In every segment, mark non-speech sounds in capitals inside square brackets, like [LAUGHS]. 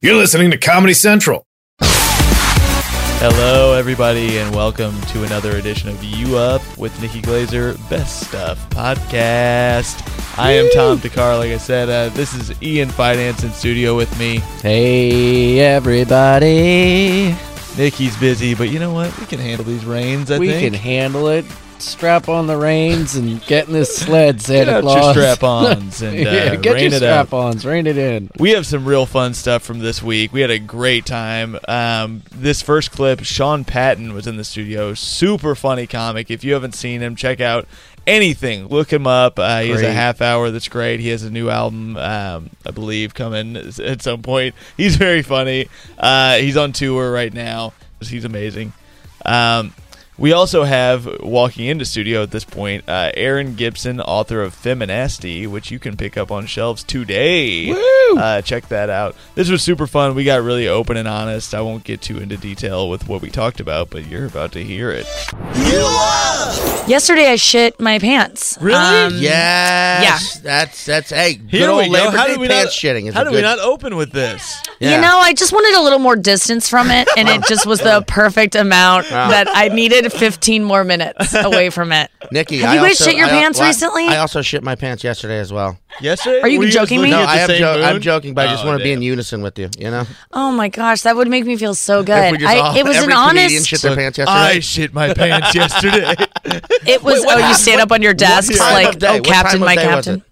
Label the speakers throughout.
Speaker 1: You're listening to Comedy Central.
Speaker 2: Hello, everybody, and welcome to another edition of You Up with Nikki Glazer Best Stuff Podcast. I am Tom Dakar. Like I said, uh, this is Ian Finance in studio with me.
Speaker 3: Hey, everybody.
Speaker 2: Nikki's busy, but you know what? We can handle these rains. I
Speaker 3: we
Speaker 2: think.
Speaker 3: can handle it. Strap on the reins and get in
Speaker 2: [LAUGHS]
Speaker 3: this sled,
Speaker 2: Get
Speaker 3: Santa
Speaker 2: out
Speaker 3: Claus.
Speaker 2: your
Speaker 3: [LAUGHS]
Speaker 2: strap-ons and uh,
Speaker 3: yeah, get
Speaker 2: rain
Speaker 3: your
Speaker 2: it up.
Speaker 3: strap-ons. Rein it in.
Speaker 2: We have some real fun stuff from this week. We had a great time. Um, this first clip, Sean Patton was in the studio. Super funny comic. If you haven't seen him, check out anything. Look him up. Uh, he has a
Speaker 3: Great.
Speaker 2: half hour that's great. He has a new album, um, I believe, coming at some point. He's very funny. Uh, he's on tour right now. He's amazing. Um, we also have walking into studio at this point, uh, Aaron Gibson, author of Feminasty, which you can pick up on shelves today. Uh, check that out. This was super fun. We got really open and honest. I won't get too into detail with what we talked about, but you're about to hear it.
Speaker 4: Yesterday I shit my pants. Um, Really?
Speaker 5: Yes. That's that's hey. good old Labor Day pants shitting is
Speaker 2: how
Speaker 5: a
Speaker 2: do
Speaker 5: good,
Speaker 2: we not open with this?
Speaker 5: yeah.
Speaker 4: You know, I just wanted a little more distance from it, and
Speaker 5: [LAUGHS]
Speaker 4: it just was the perfect amount that I needed 15 more minutes away from it.
Speaker 5: Nikki,
Speaker 4: Have
Speaker 5: I
Speaker 4: you guys
Speaker 5: also-
Speaker 4: shit your
Speaker 5: I al-
Speaker 4: pants
Speaker 5: well, I-
Speaker 4: recently?
Speaker 5: I also shit my pants yesterday as well.
Speaker 2: Yesterday?
Speaker 4: Are you
Speaker 2: Were
Speaker 4: joking
Speaker 2: just looking
Speaker 4: me?
Speaker 5: No,
Speaker 2: at the
Speaker 5: I am
Speaker 2: same
Speaker 5: jo- I'm
Speaker 2: moon?
Speaker 5: joking, but I just
Speaker 2: Oh,
Speaker 5: want to be
Speaker 2: damn.
Speaker 5: in unison with you. You know,
Speaker 4: Oh my gosh, that would make me feel so good.
Speaker 5: If we just
Speaker 4: I-
Speaker 5: all-
Speaker 4: it was an
Speaker 5: every comedian
Speaker 4: honest.
Speaker 5: shit their pants yesterday.
Speaker 2: I shit my pants
Speaker 4: [LAUGHS]
Speaker 2: yesterday.
Speaker 4: it was. oh, you stand up on your desk,
Speaker 5: time
Speaker 4: like,
Speaker 5: of day?
Speaker 4: oh,
Speaker 5: What
Speaker 4: captain,
Speaker 5: time of
Speaker 4: my
Speaker 5: day was
Speaker 4: captain.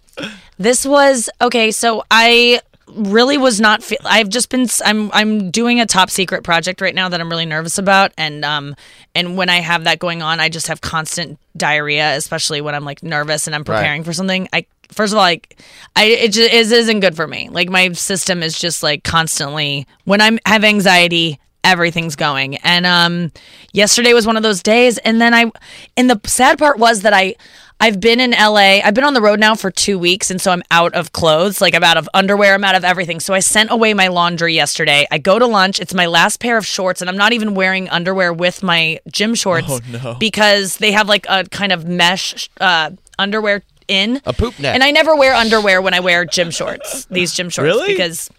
Speaker 4: This was okay. So I really was not. Fe- I've just been. s- I'm. I'm doing a top secret project right now that I'm really nervous about, and um, and when I have that going on, I just have constant diarrhea, especially when I'm like nervous and I'm preparing for something. I first of all, like, I it just it isn't good for me. Like my system is just like constantly when I'm have anxiety. Everything's going, and um, yesterday was one of those days. And then I, and the sad part was that I, I've been in LA. I've been on the road now for two weeks, and so I'm out of clothes. Like I'm out of underwear. I'm out of everything. So I sent away my laundry yesterday. I go to lunch. It's my last pair of shorts, and I'm not even wearing underwear with my gym shorts
Speaker 5: Oh,
Speaker 4: because they have like a kind of mesh uh, underwear in
Speaker 5: a poop net.
Speaker 4: and I never wear underwear when I wear gym shorts. These gym shorts,
Speaker 2: Really?
Speaker 4: because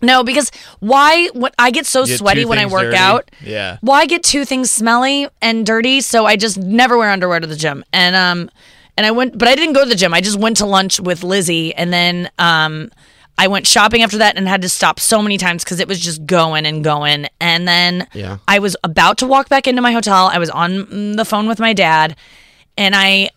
Speaker 4: no, because why? What I get so
Speaker 2: get two
Speaker 4: sweaty when I
Speaker 2: things
Speaker 4: work
Speaker 2: dirty.
Speaker 4: out.
Speaker 2: Yeah.
Speaker 4: Well, I get two things smelly and dirty, so I just never wear underwear to the gym. And um, and I went, but I didn't go to the gym. I just went to lunch with Lizzie, and then um, I went shopping after that and had to stop so many times because it was just going and going. And then
Speaker 5: Yeah.
Speaker 4: I was about to walk back into my hotel. I was on the phone with my dad, and I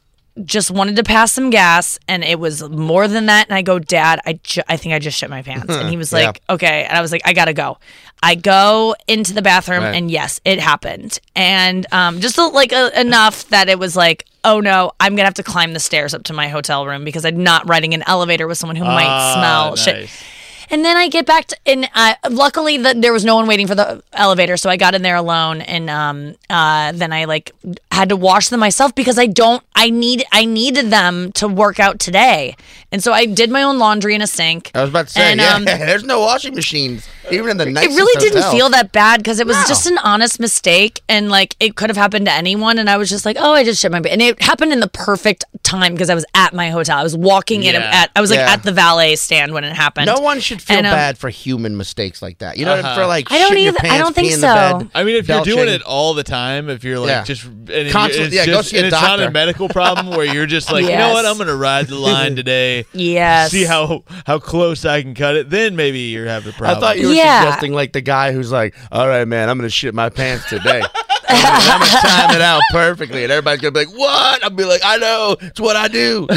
Speaker 4: just wanted to pass some gas and it was more than that and i go dad i, ju- I think i just shit my pants and
Speaker 2: [LAUGHS]
Speaker 4: he was like okay and i was like i gotta go i go into the bathroom
Speaker 5: Right.
Speaker 4: and yes it happened and um, just a- like a, enough that it was like oh no i'm gonna have to climb the stairs up to my hotel room because i'm not riding an elevator with someone who might
Speaker 2: [LAUGHS]
Speaker 4: smell
Speaker 2: Ah,
Speaker 4: Oh, shit
Speaker 2: nice.
Speaker 4: and then I get back to, and uh, luckily the, there was no one waiting for the elevator, so I got in there alone, and um, uh, then I like had to wash them myself because I don't, I need, I needed them to work out today, and so I did my own laundry in a sink.
Speaker 5: I was about to say,
Speaker 4: and,
Speaker 5: yeah,
Speaker 4: um,
Speaker 5: [LAUGHS] there's no washing machines even in the
Speaker 4: it
Speaker 5: nicest
Speaker 4: really didn't
Speaker 5: hotel.
Speaker 4: feel that bad because it was just an honest mistake, and like it could have happened to anyone, and I was just like, oh, I just shit my bed, and it happened in the perfect time because I was at my hotel, I was walking in
Speaker 2: Yeah.
Speaker 4: at, I was like
Speaker 5: Yeah.
Speaker 4: at the valet stand when it happened.
Speaker 5: No one should feel
Speaker 4: And, um,
Speaker 5: bad for human mistakes like that. You know,
Speaker 2: Uh-huh.
Speaker 5: for like
Speaker 4: I don't
Speaker 5: shitting your
Speaker 4: either- I
Speaker 5: pants,
Speaker 4: don't think
Speaker 5: peeing in the
Speaker 4: so.
Speaker 5: bed,
Speaker 2: I mean, if you're doing
Speaker 5: belching.
Speaker 2: it all the time, if you're like
Speaker 5: Yeah.
Speaker 2: just and you-
Speaker 5: Constantly-
Speaker 2: it's
Speaker 5: yeah, go
Speaker 2: just-
Speaker 5: see a
Speaker 2: and it's not a
Speaker 5: doctor.
Speaker 2: medical problem where you're just like, you know what,
Speaker 4: Yes.
Speaker 2: I'm gonna ride the
Speaker 5: [LAUGHS]
Speaker 2: line today,
Speaker 4: Yes.
Speaker 2: see how how close I can cut it. Then maybe you're having a problem.
Speaker 5: I thought you were
Speaker 4: Yeah.
Speaker 5: suggesting like the guy who's like, "All right, man, I'm gonna shit my pants today." I'm gonna time it out perfectly, and everybody's gonna be like, "What?" I'll be like, "I know, it's what
Speaker 4: [LAUGHS]
Speaker 5: I do."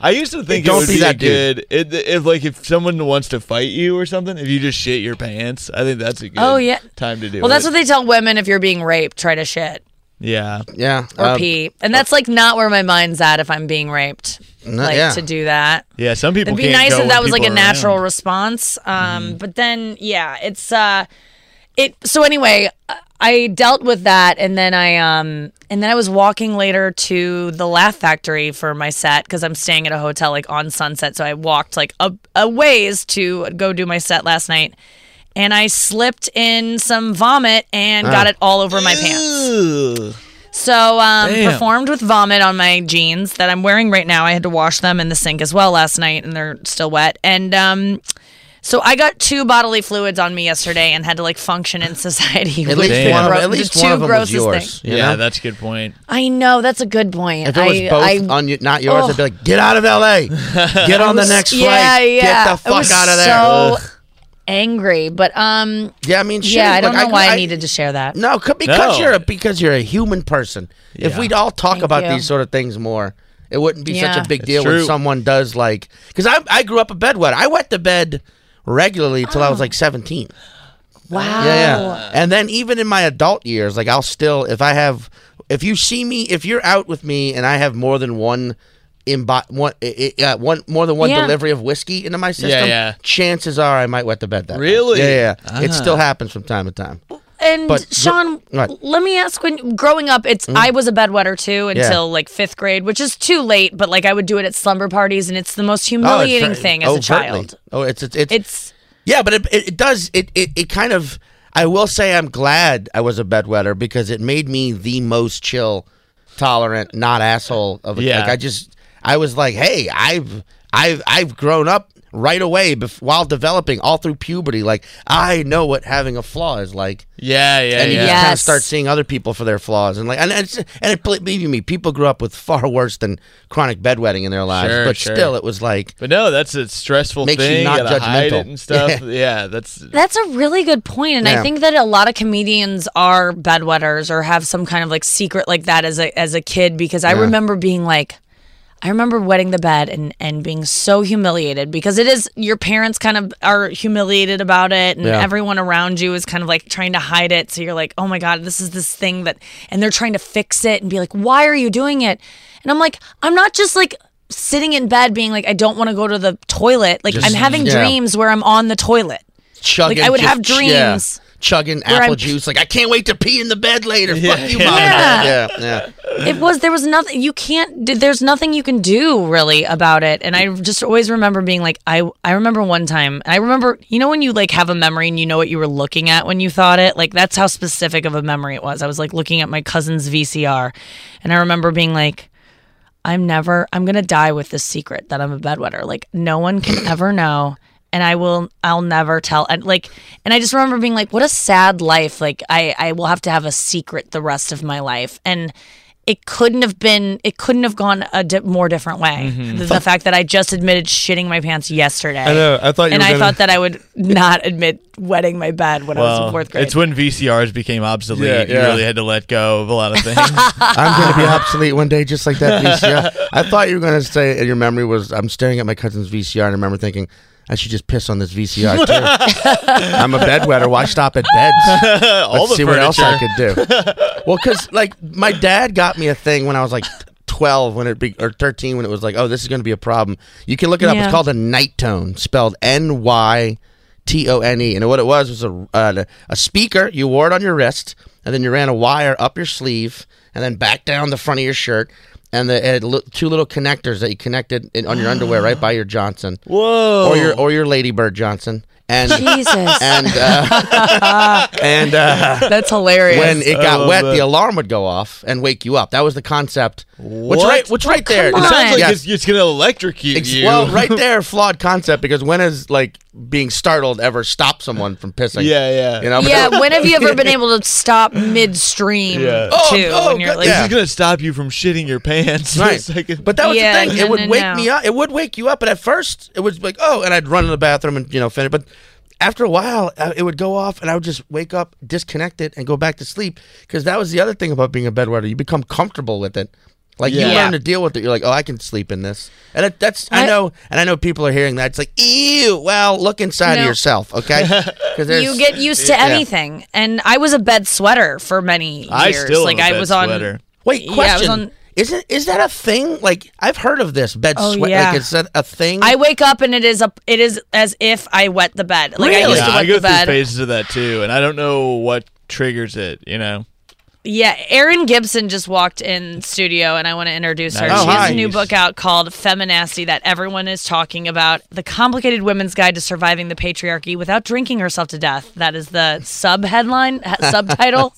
Speaker 2: I used to think it
Speaker 5: Don't
Speaker 2: would
Speaker 5: be
Speaker 2: be, a
Speaker 5: that
Speaker 2: good it, if like if someone wants to fight you or something, if you just shit your pants, I think that's a good
Speaker 4: Oh, yeah.
Speaker 2: time to do.
Speaker 4: Well, that's
Speaker 2: it.
Speaker 4: what they tell women if you're being raped, try to shit
Speaker 2: yeah.
Speaker 5: Yeah,
Speaker 4: or
Speaker 5: um,
Speaker 4: pee. And that's like not where my mind's at if I'm being raped.
Speaker 5: No,
Speaker 4: like
Speaker 5: yeah.
Speaker 4: to do that.
Speaker 2: Yeah, some people
Speaker 4: It'd be
Speaker 2: can't
Speaker 4: nice
Speaker 2: go
Speaker 4: if
Speaker 2: when
Speaker 4: that was like
Speaker 2: people
Speaker 4: a
Speaker 2: are
Speaker 4: natural
Speaker 2: around. Mm.
Speaker 4: response. Um, but then yeah, it's uh it so anyway, I- I dealt with that and then I um and then I was walking later to the Laugh Factory for my set cuz I'm staying at a hotel like on Sunset, so I walked like a, a ways to go do my set last night. And I slipped in some vomit and
Speaker 2: Ah.
Speaker 4: got it all over my pants.
Speaker 2: Ugh.
Speaker 4: So um,
Speaker 2: Damn.
Speaker 4: performed with vomit on my jeans that I'm wearing right now. I had to wash them in the sink as well last night, and they're still wet. And um, So I got two bodily fluids on me yesterday and had to like function in [LAUGHS] society.
Speaker 5: At
Speaker 4: with
Speaker 5: least
Speaker 4: the
Speaker 5: one of
Speaker 4: gro-
Speaker 5: them, at least
Speaker 4: the
Speaker 5: one
Speaker 4: two
Speaker 5: of them was
Speaker 4: grossest
Speaker 5: yours.
Speaker 4: things.
Speaker 5: you
Speaker 2: yeah,
Speaker 5: know?
Speaker 2: that's a good point.
Speaker 4: I know that's a good point.
Speaker 5: If it was
Speaker 4: I,
Speaker 5: both
Speaker 4: I,
Speaker 5: on you, not yours,
Speaker 4: Ugh.
Speaker 5: I'd be like, get out of L.A. Get on the
Speaker 4: was-
Speaker 5: next
Speaker 4: yeah,
Speaker 5: flight.
Speaker 4: yeah.
Speaker 5: Get the
Speaker 4: I
Speaker 5: fuck
Speaker 4: was
Speaker 5: out of there. Ugh.
Speaker 4: So angry, but um,
Speaker 5: Yeah, I mean, shit,
Speaker 4: yeah, I
Speaker 5: look,
Speaker 4: don't know why I,
Speaker 5: I
Speaker 4: needed to share that.
Speaker 5: No, c-
Speaker 2: No.
Speaker 5: because you're a, because you're a human person. If
Speaker 2: Yeah.
Speaker 5: we'd all talk
Speaker 4: Thank
Speaker 5: about
Speaker 4: you.
Speaker 5: these sort of things more, it wouldn't be
Speaker 4: Yeah.
Speaker 5: such a big
Speaker 4: It's
Speaker 5: deal when
Speaker 2: true.
Speaker 5: someone does like. Because I I grew up a bedwetter. I wet the bed regularly till I was like 17.
Speaker 4: Wow.
Speaker 5: Yeah,
Speaker 4: Oh.
Speaker 5: yeah. And then even in my adult years, like I'll still if I have if you see me if you're out with me and I have more than one imbi- one, i- i- uh, one more than one
Speaker 4: Yeah.
Speaker 5: delivery of whiskey into my system,
Speaker 2: yeah.
Speaker 5: chances are I might wet the bed that. night.
Speaker 2: Really? Ah.
Speaker 5: Yeah, yeah. yeah. It still happens from time to time.
Speaker 4: And
Speaker 5: But gr-
Speaker 4: Sean,
Speaker 5: right. Mm-hmm.
Speaker 4: let me ask: When growing up, it's I was a bedwetter too until like fifth grade, which is too late. But like I would do it at slumber parties, and it's the most
Speaker 5: Oh, it's
Speaker 4: humiliating
Speaker 5: very-
Speaker 4: thing as a
Speaker 5: overtly.
Speaker 4: child.
Speaker 5: Oh, it's it's, it's
Speaker 4: It's
Speaker 5: Yeah, but it, it, it does. It, it it kind of. I will say I'm glad I was a bedwetter because it made me the most chill, tolerant, not asshole of a
Speaker 2: Yeah.
Speaker 5: Like I just I was like, hey, I've I've I've grown up right away bef- while developing all through puberty. Like I know what having a flaw is like
Speaker 2: Yeah, yeah,
Speaker 5: and you
Speaker 2: yeah.
Speaker 5: just kind of
Speaker 4: Yes.
Speaker 5: start seeing other people for their flaws and like and it's, and it, believe me people grew up with far worse than chronic bedwetting in their lives
Speaker 2: Sure,
Speaker 5: but
Speaker 2: sure.
Speaker 5: still it was like
Speaker 2: But no, that's a stressful
Speaker 5: Makes you
Speaker 2: thing.
Speaker 5: not
Speaker 2: gotta hide
Speaker 5: judgmental.
Speaker 2: it and stuff. [LAUGHS] yeah, that's
Speaker 4: that's a really good point, and
Speaker 5: Yeah.
Speaker 4: I think that a lot of comedians are bedwetters or have some kind of like secret like that as a as a kid. Because I remember being like, I remember wetting the bed and and being so humiliated because it is your parents kind of are humiliated about it and
Speaker 5: Yeah.
Speaker 4: everyone around you is kind of like trying to hide it so you're like, "Oh my god, this is this thing that" and they're trying to fix it and be like, "Why are you doing it?" And I'm like, "I'm not just like sitting in bed being like I don't want to go to the toilet. Like I'm having
Speaker 5: yeah.
Speaker 4: dreams where I'm on the toilet."
Speaker 5: chugging.
Speaker 4: Like, I would
Speaker 5: just-
Speaker 4: have dreams
Speaker 5: yeah, chugging apple
Speaker 4: I'm-
Speaker 5: juice. Like I can't wait to pee in the bed later. Fuck [LAUGHS] you,
Speaker 2: yeah.
Speaker 5: mom.
Speaker 4: Yeah.
Speaker 5: Yeah, yeah.
Speaker 4: It was there was nothing you can't d- there's nothing you can do really about it and I just always remember being like I I remember one time I remember you know when you like have a memory and you know what you were looking at when you thought it like that's how specific of a memory it was I was like looking at my cousin's VCR and I remember being like I'm never I'm going to die with this secret that I'm a bedwetter like no one
Speaker 6: [LAUGHS]
Speaker 4: can ever know and I will I'll never tell and like and I just remember being like what a sad life like I I will have to have a secret the rest of my life and it couldn't have been it couldn't have gone a di- more different way than the fact that I just admitted shitting my pants yesterday I
Speaker 6: know, Mm-hmm. Oh, I thought you
Speaker 4: and
Speaker 6: were
Speaker 4: I
Speaker 6: gonna-
Speaker 4: thought that I would not admit wetting my bed when I was in
Speaker 2: well,
Speaker 4: fourth grade
Speaker 2: it's when VCRs became obsolete.
Speaker 6: Yeah,
Speaker 2: You
Speaker 6: yeah.
Speaker 2: really had to let go of a lot of things. [LAUGHS]
Speaker 5: I'm gonna be obsolete one day, just like that [LAUGHS] VCR. I thought you were gonna say and your memory was I'm staring at my cousin's VCR and I remember thinking. I should just piss on this VCR [LAUGHS] too. I'm a bedwetter. Why stop at [LAUGHS] beds?
Speaker 2: All
Speaker 5: Let's
Speaker 2: the
Speaker 5: see what else I
Speaker 2: furniture.
Speaker 5: could do. Well, because like my dad got me a thing when I was like 12, when it be, or 13, when it was like, oh, this is going to be a problem. You can look it up. It's
Speaker 4: Yeah.
Speaker 5: called a night tone, spelled N Y T O N E, and what it was was a uh, a speaker. You wore it on your wrist, and then you ran a wire up your sleeve, and then back down the front of your shirt. And the, it had li- two little connectors that you connected in, on your underwear right by your Johnson,
Speaker 2: Whoa.
Speaker 5: or your or your Ladybird Johnson, and
Speaker 4: Jesus
Speaker 5: and uh, [LAUGHS] and uh,
Speaker 4: [LAUGHS] that's hilarious
Speaker 5: when it got
Speaker 2: love
Speaker 5: wet,
Speaker 2: that.
Speaker 5: the alarm would go off and wake you up. That was the concept. What's
Speaker 2: What?
Speaker 5: right? What's right there?
Speaker 4: come
Speaker 2: It sounds like
Speaker 5: Yes.
Speaker 2: it's, it's gonna electrocute
Speaker 5: Ex-
Speaker 2: you. [LAUGHS]
Speaker 5: Well, right there, flawed concept because when has like being startled ever stopped someone from pissing?
Speaker 2: Yeah, yeah.
Speaker 5: You know.
Speaker 4: yeah, when have you
Speaker 2: [LAUGHS]
Speaker 4: ever been able to stop midstream
Speaker 2: Yeah.
Speaker 4: too?
Speaker 5: Oh, oh,
Speaker 4: when you're
Speaker 5: God,
Speaker 4: like,
Speaker 5: yeah.
Speaker 2: This is gonna stop you from shitting your pants. [LAUGHS]
Speaker 5: Right.
Speaker 2: It's like a-
Speaker 5: But that was
Speaker 4: Yeah,
Speaker 5: the thing.
Speaker 4: no,
Speaker 5: It would
Speaker 4: no,
Speaker 5: wake
Speaker 4: no.
Speaker 5: me up. It would wake you up. But at first, it was like, oh, and I'd run to the bathroom and you know finish. But after a while, uh, it would go off, and I would just wake up, disconnect it, and go back to sleep. Because that was the other thing about being a bedwetter. You become comfortable with it. Like you
Speaker 2: Yeah.
Speaker 5: learn to deal with it. You're like, oh, I can sleep in this. And it, that's I
Speaker 4: I-
Speaker 5: know, and I know people are hearing that. It's like, ew. Well, look inside of
Speaker 4: No.
Speaker 5: yourself, okay? Because
Speaker 4: you get used to anything. And I was a bed sweater for many years.
Speaker 2: I still
Speaker 4: like
Speaker 2: am a
Speaker 4: I
Speaker 2: bed
Speaker 4: was on.
Speaker 2: sweater.
Speaker 5: Wait,
Speaker 4: Yeah, I was
Speaker 5: question.
Speaker 4: on-
Speaker 5: Isn't is that a thing? Like I've heard of this bed
Speaker 4: Oh,
Speaker 5: sweat.
Speaker 4: yeah.
Speaker 5: Like is that a thing?
Speaker 4: I wake up and it is a it is as if I wet the bed. Like I
Speaker 5: Really?
Speaker 4: used
Speaker 2: Yeah,
Speaker 4: to
Speaker 2: I
Speaker 4: wet
Speaker 2: go
Speaker 4: the
Speaker 2: through
Speaker 4: bed.
Speaker 2: phases of that too, and I don't know what triggers it. You know.
Speaker 4: Yeah, Erin Gibson just walked in studio, and I want to introduce her.
Speaker 2: Nice.
Speaker 4: she
Speaker 5: Oh,
Speaker 4: has
Speaker 5: hi.
Speaker 4: a new book out called "Feminasty" that everyone is talking about: the complicated women's guide to surviving the
Speaker 2: [LAUGHS]
Speaker 4: patriarchy without drinking herself to death. That is the sub headline [LAUGHS] subtitle.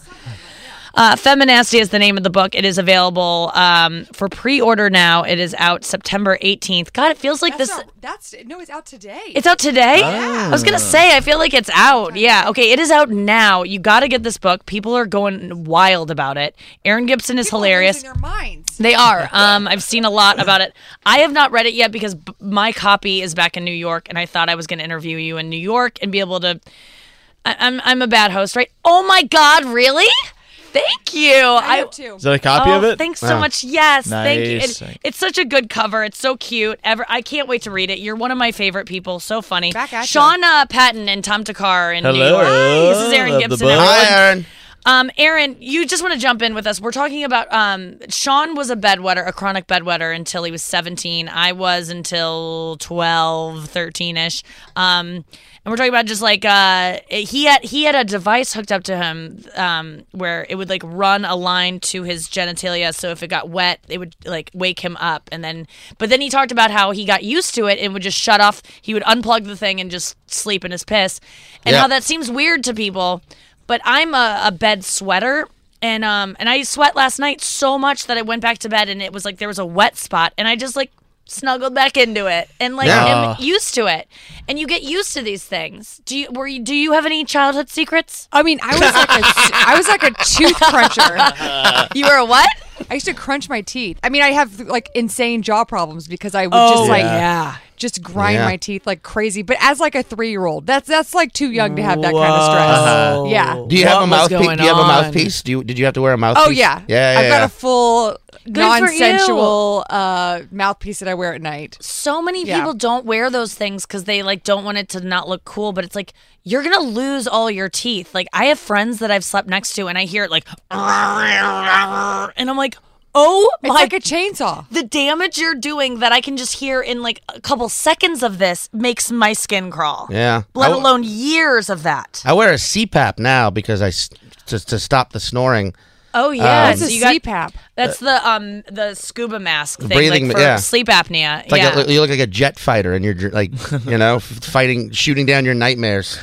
Speaker 4: Uh, Feminasty is the name of the book. It is available um, for pre-order now. It is out September 18th. God, it feels like
Speaker 6: That's,
Speaker 4: this.
Speaker 6: not- that's no, it's out today.
Speaker 4: It's out today? I was going to say, I feel like it's out. Yeah. Okay. It is out now. You got to get this book. People are going wild about it. Aaron Gibson is
Speaker 6: People are
Speaker 4: hilarious.
Speaker 6: losing Their minds.
Speaker 4: They are. Um, I've seen a lot about it. I have not read it yet because b- my copy is back in New York, and I thought I was going to interview you in New York and be able to. I- I'm I'm a bad host, right? Oh my God, really? Thank you.
Speaker 6: I,
Speaker 4: I,
Speaker 6: have too.
Speaker 2: Is that a copy
Speaker 4: oh,
Speaker 2: of it?
Speaker 4: Thanks so much. Yes, thank you.
Speaker 2: Nice.
Speaker 4: It- it's such a good cover. It's so cute. Ever, I can't wait to read it. You're one of my favorite people. So funny.
Speaker 6: Back at ya.
Speaker 4: Sean uh, Patton and Tom Takar in New
Speaker 2: Hello.
Speaker 4: York. This is Aaron
Speaker 2: Love the
Speaker 4: Gibson.
Speaker 2: book.
Speaker 4: everyone.
Speaker 5: Hi, Aaron.
Speaker 4: Um, Aaron, you just want to jump in with us. We're talking about um, Sean was a bedwetter, a chronic bedwetter until he was 17. I was until 12, 13 ish. Um, and we're talking about just like uh, he had he had a device hooked up to him um, where it would like run a line to his genitalia. So if it got wet, it would like wake him up. And then, but then he talked about how he got used to it and would just shut off. He would unplug the thing and just sleep in his piss. And
Speaker 5: Yeah.
Speaker 4: how that seems weird to people but I'm a, a bed sweater. And um and I sweat last night so much that I went back to bed and it was like there was a wet spot and I just like snuggled back into it and like
Speaker 5: Yeah.
Speaker 4: am used to it. And you get used to these things. Do you were you do you have any childhood secrets?
Speaker 6: I mean, I was like a, I was like a tooth cruncher.
Speaker 4: You were a what?
Speaker 6: I used to crunch my teeth. I mean, I have like insane jaw problems because I would
Speaker 4: Oh.
Speaker 6: just like
Speaker 2: Yeah.
Speaker 6: yeah, just grind
Speaker 5: Yeah.
Speaker 6: my teeth like crazy. But as like a three year old, that's that's like too young to have that kind of stress.
Speaker 2: Whoa.
Speaker 6: Yeah.
Speaker 5: Do you
Speaker 4: What
Speaker 5: have a
Speaker 4: was
Speaker 5: mouthpiece?
Speaker 4: going
Speaker 5: Do you have a
Speaker 4: on?
Speaker 5: mouthpiece? Do you, did you have to wear a mouthpiece?
Speaker 6: Oh yeah,
Speaker 5: Yeah, yeah.
Speaker 6: I've got
Speaker 5: yeah.
Speaker 6: a full
Speaker 4: for you.
Speaker 6: non-sensual uh, mouthpiece that I wear at night.
Speaker 4: So many
Speaker 6: Yeah.
Speaker 4: people don't wear those things cuz they like don't want it to not look cool, but it's like you're going to lose all your teeth. Like I have friends that I've slept next to and I hear it like [LAUGHS] and I'm like, "Oh my
Speaker 6: It's like a chainsaw.
Speaker 4: the damage you're doing that I can just hear in like a couple seconds of this makes my skin crawl.
Speaker 5: Yeah.
Speaker 4: Let
Speaker 5: I w-
Speaker 4: alone years of that.
Speaker 5: I wear a CPAP now because I s- to, to stop the snoring.
Speaker 4: oh
Speaker 5: Um,
Speaker 4: yeah,
Speaker 6: It's a
Speaker 4: you got-
Speaker 6: CPAP.
Speaker 4: That's the um the scuba mask thing,
Speaker 5: uh, breathing-
Speaker 4: like for
Speaker 5: yeah.
Speaker 4: sleep apnea.
Speaker 5: It's like
Speaker 4: yeah.
Speaker 5: a, you look like a jet fighter, and you're
Speaker 4: [LAUGHS]
Speaker 5: dr- like, you know, f- fighting, shooting down your nightmares.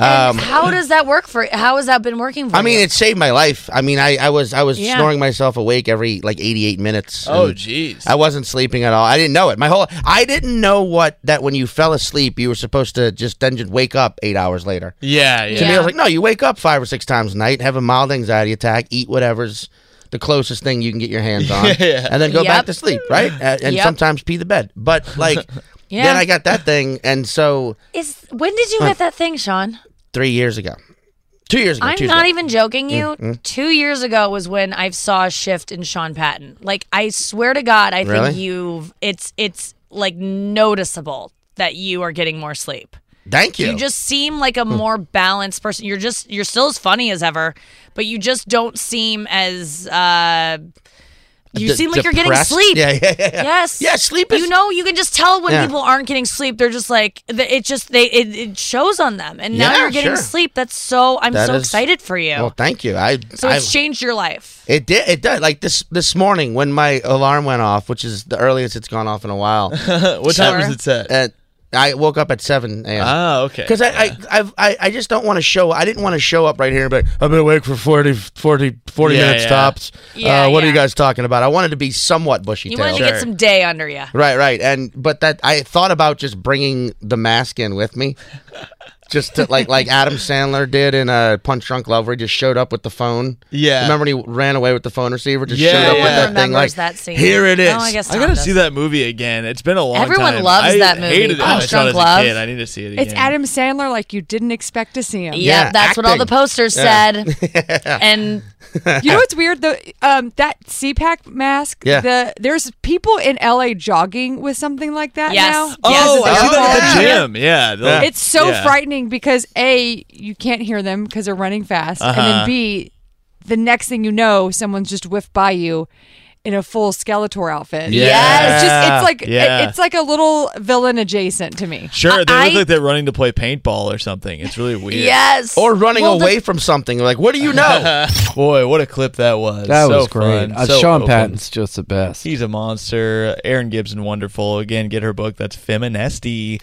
Speaker 4: how does that work for? How has that been working for?
Speaker 5: um, I mean,
Speaker 4: you?
Speaker 5: it saved my life. I mean, I, I was I was
Speaker 4: Yeah.
Speaker 5: snoring myself awake every like 88 minutes.
Speaker 2: Oh,
Speaker 5: and
Speaker 2: jeez.
Speaker 5: I wasn't sleeping at all. I didn't know it. My whole I didn't know what that when you fell asleep, you were supposed to just then just wake up eight hours later.
Speaker 2: Yeah,
Speaker 5: To
Speaker 2: yeah.
Speaker 5: me, I
Speaker 4: Yeah.
Speaker 5: was like, no, you wake up five or six times a night, have a mild anxiety attack, eat whatever's the closest thing you can get your hands
Speaker 4: [LAUGHS]
Speaker 5: on,
Speaker 2: Yeah.
Speaker 5: and then go back
Speaker 4: Yep.
Speaker 5: to sleep, right? And, and
Speaker 4: Yep.
Speaker 5: sometimes pee the bed. But like,
Speaker 4: [LAUGHS] Yeah.
Speaker 5: then I got that thing, and so
Speaker 4: is when did you get that thing, Sean?
Speaker 5: three years ago, two years ago,
Speaker 4: I'm
Speaker 5: Tuesday. Mm,
Speaker 4: not even joking you. Two years ago was when I saw a shift in Sean Patton. Like I swear to God, I
Speaker 5: Really?
Speaker 4: think you've it's it's like noticeable that you are getting more sleep.
Speaker 5: Thank you.
Speaker 4: You just seem like
Speaker 5: Hmm.
Speaker 4: a more balanced person. You're just you're still as funny as ever, but you just don't seem as uh you
Speaker 5: De-
Speaker 4: seem like you're getting
Speaker 5: depressed.
Speaker 4: sleep.
Speaker 5: Yeah, yeah, yeah. yeah.
Speaker 4: Yes.
Speaker 5: Yeah, sleep is-
Speaker 4: You know, you can just tell when
Speaker 5: Yeah.
Speaker 4: people aren't getting sleep. They're just like th- it. Just they it, it shows on them, and now
Speaker 5: Yeah,
Speaker 4: you're getting
Speaker 5: sure.
Speaker 4: sleep. That's so. I'm
Speaker 5: That
Speaker 4: so
Speaker 5: is-
Speaker 4: excited for you.
Speaker 5: Well, thank you. I
Speaker 4: so
Speaker 5: I,
Speaker 4: it's changed your life.
Speaker 5: it did it did like this this morning when my alarm went off, which is the earliest it's gone off in a
Speaker 4: [LAUGHS]
Speaker 5: while.
Speaker 2: what time
Speaker 4: Sure.
Speaker 2: was it set?
Speaker 5: at, I woke up at seven a.m.
Speaker 2: oh, okay.
Speaker 5: because I, I, I've, I I just don't want to show I didn't want to show up right here and be like, I've been awake for 40, 40, 40
Speaker 2: Yeah,
Speaker 5: minutes
Speaker 2: yeah.
Speaker 5: tops.
Speaker 4: Yeah,
Speaker 5: uh, what are
Speaker 4: yeah.
Speaker 5: you guys talking about? I wanted to be somewhat bushy
Speaker 4: You
Speaker 5: tailed.
Speaker 4: wanted to get
Speaker 2: Sure.
Speaker 4: some day under you.
Speaker 5: Right, right. And but that I thought about just bringing the mask in with
Speaker 4: [LAUGHS]
Speaker 5: me. Just to, like like Adam Sandler did in uh, Punch Drunk Love, where he just showed up with the phone.
Speaker 2: Yeah.
Speaker 5: remember when he ran away with the phone receiver? Just
Speaker 2: Yeah,
Speaker 5: showed up
Speaker 2: yeah.
Speaker 5: with that
Speaker 4: Everyone
Speaker 5: thing. Like
Speaker 4: remembers that scene.
Speaker 5: here it is.
Speaker 4: Oh, I guess
Speaker 2: I
Speaker 4: Tom
Speaker 2: gotta
Speaker 4: does.
Speaker 2: see that movie again. It's been a long time.
Speaker 4: Everyone loves
Speaker 2: I
Speaker 4: that movie,
Speaker 2: Hated it. when
Speaker 4: Punch
Speaker 2: I saw it
Speaker 4: Drunk
Speaker 2: as
Speaker 4: Love.
Speaker 2: a kid. I need to see it again.
Speaker 6: It's Adam Sandler, like you didn't expect to see him.
Speaker 4: Yeah,
Speaker 5: Yeah,
Speaker 4: that's what all the
Speaker 5: acting.
Speaker 4: posters
Speaker 5: [LAUGHS] Yeah.
Speaker 4: said. And
Speaker 6: You know what's weird though? Um, that CPAC mask.
Speaker 5: Yeah.
Speaker 6: The there's people in LA jogging with something like that
Speaker 4: Yes.
Speaker 6: now.
Speaker 4: Oh, Yes,
Speaker 2: Oh,
Speaker 4: it's
Speaker 2: I see that at the
Speaker 5: yeah.
Speaker 2: gym. Yeah, the-
Speaker 5: Yeah.
Speaker 6: It's so
Speaker 2: yeah.
Speaker 6: frightening because a you can't hear them because they're running fast, and
Speaker 2: Uh-huh.
Speaker 6: then b the next thing you know, someone's just whiffed by you, in a full Skeletor outfit.
Speaker 5: Yeah.
Speaker 6: It's just it's like it-
Speaker 2: Yeah.
Speaker 6: it's like a little villain adjacent to me.
Speaker 2: Sure, they
Speaker 4: I-
Speaker 2: look like they're running to play paintball or something. It's really weird.
Speaker 4: Yes.
Speaker 5: Or running
Speaker 4: Well, the-
Speaker 5: away from something. Like, what do
Speaker 4: [LAUGHS]
Speaker 5: you know?
Speaker 2: Boy, what a clip that was.
Speaker 3: That
Speaker 2: So
Speaker 3: was great.
Speaker 2: fun,
Speaker 3: Uh,
Speaker 2: so
Speaker 3: Sean
Speaker 2: open.
Speaker 3: Patton's just the best.
Speaker 2: He's a monster. Aaron Gibson, wonderful. Again, get her book. That's Feministy.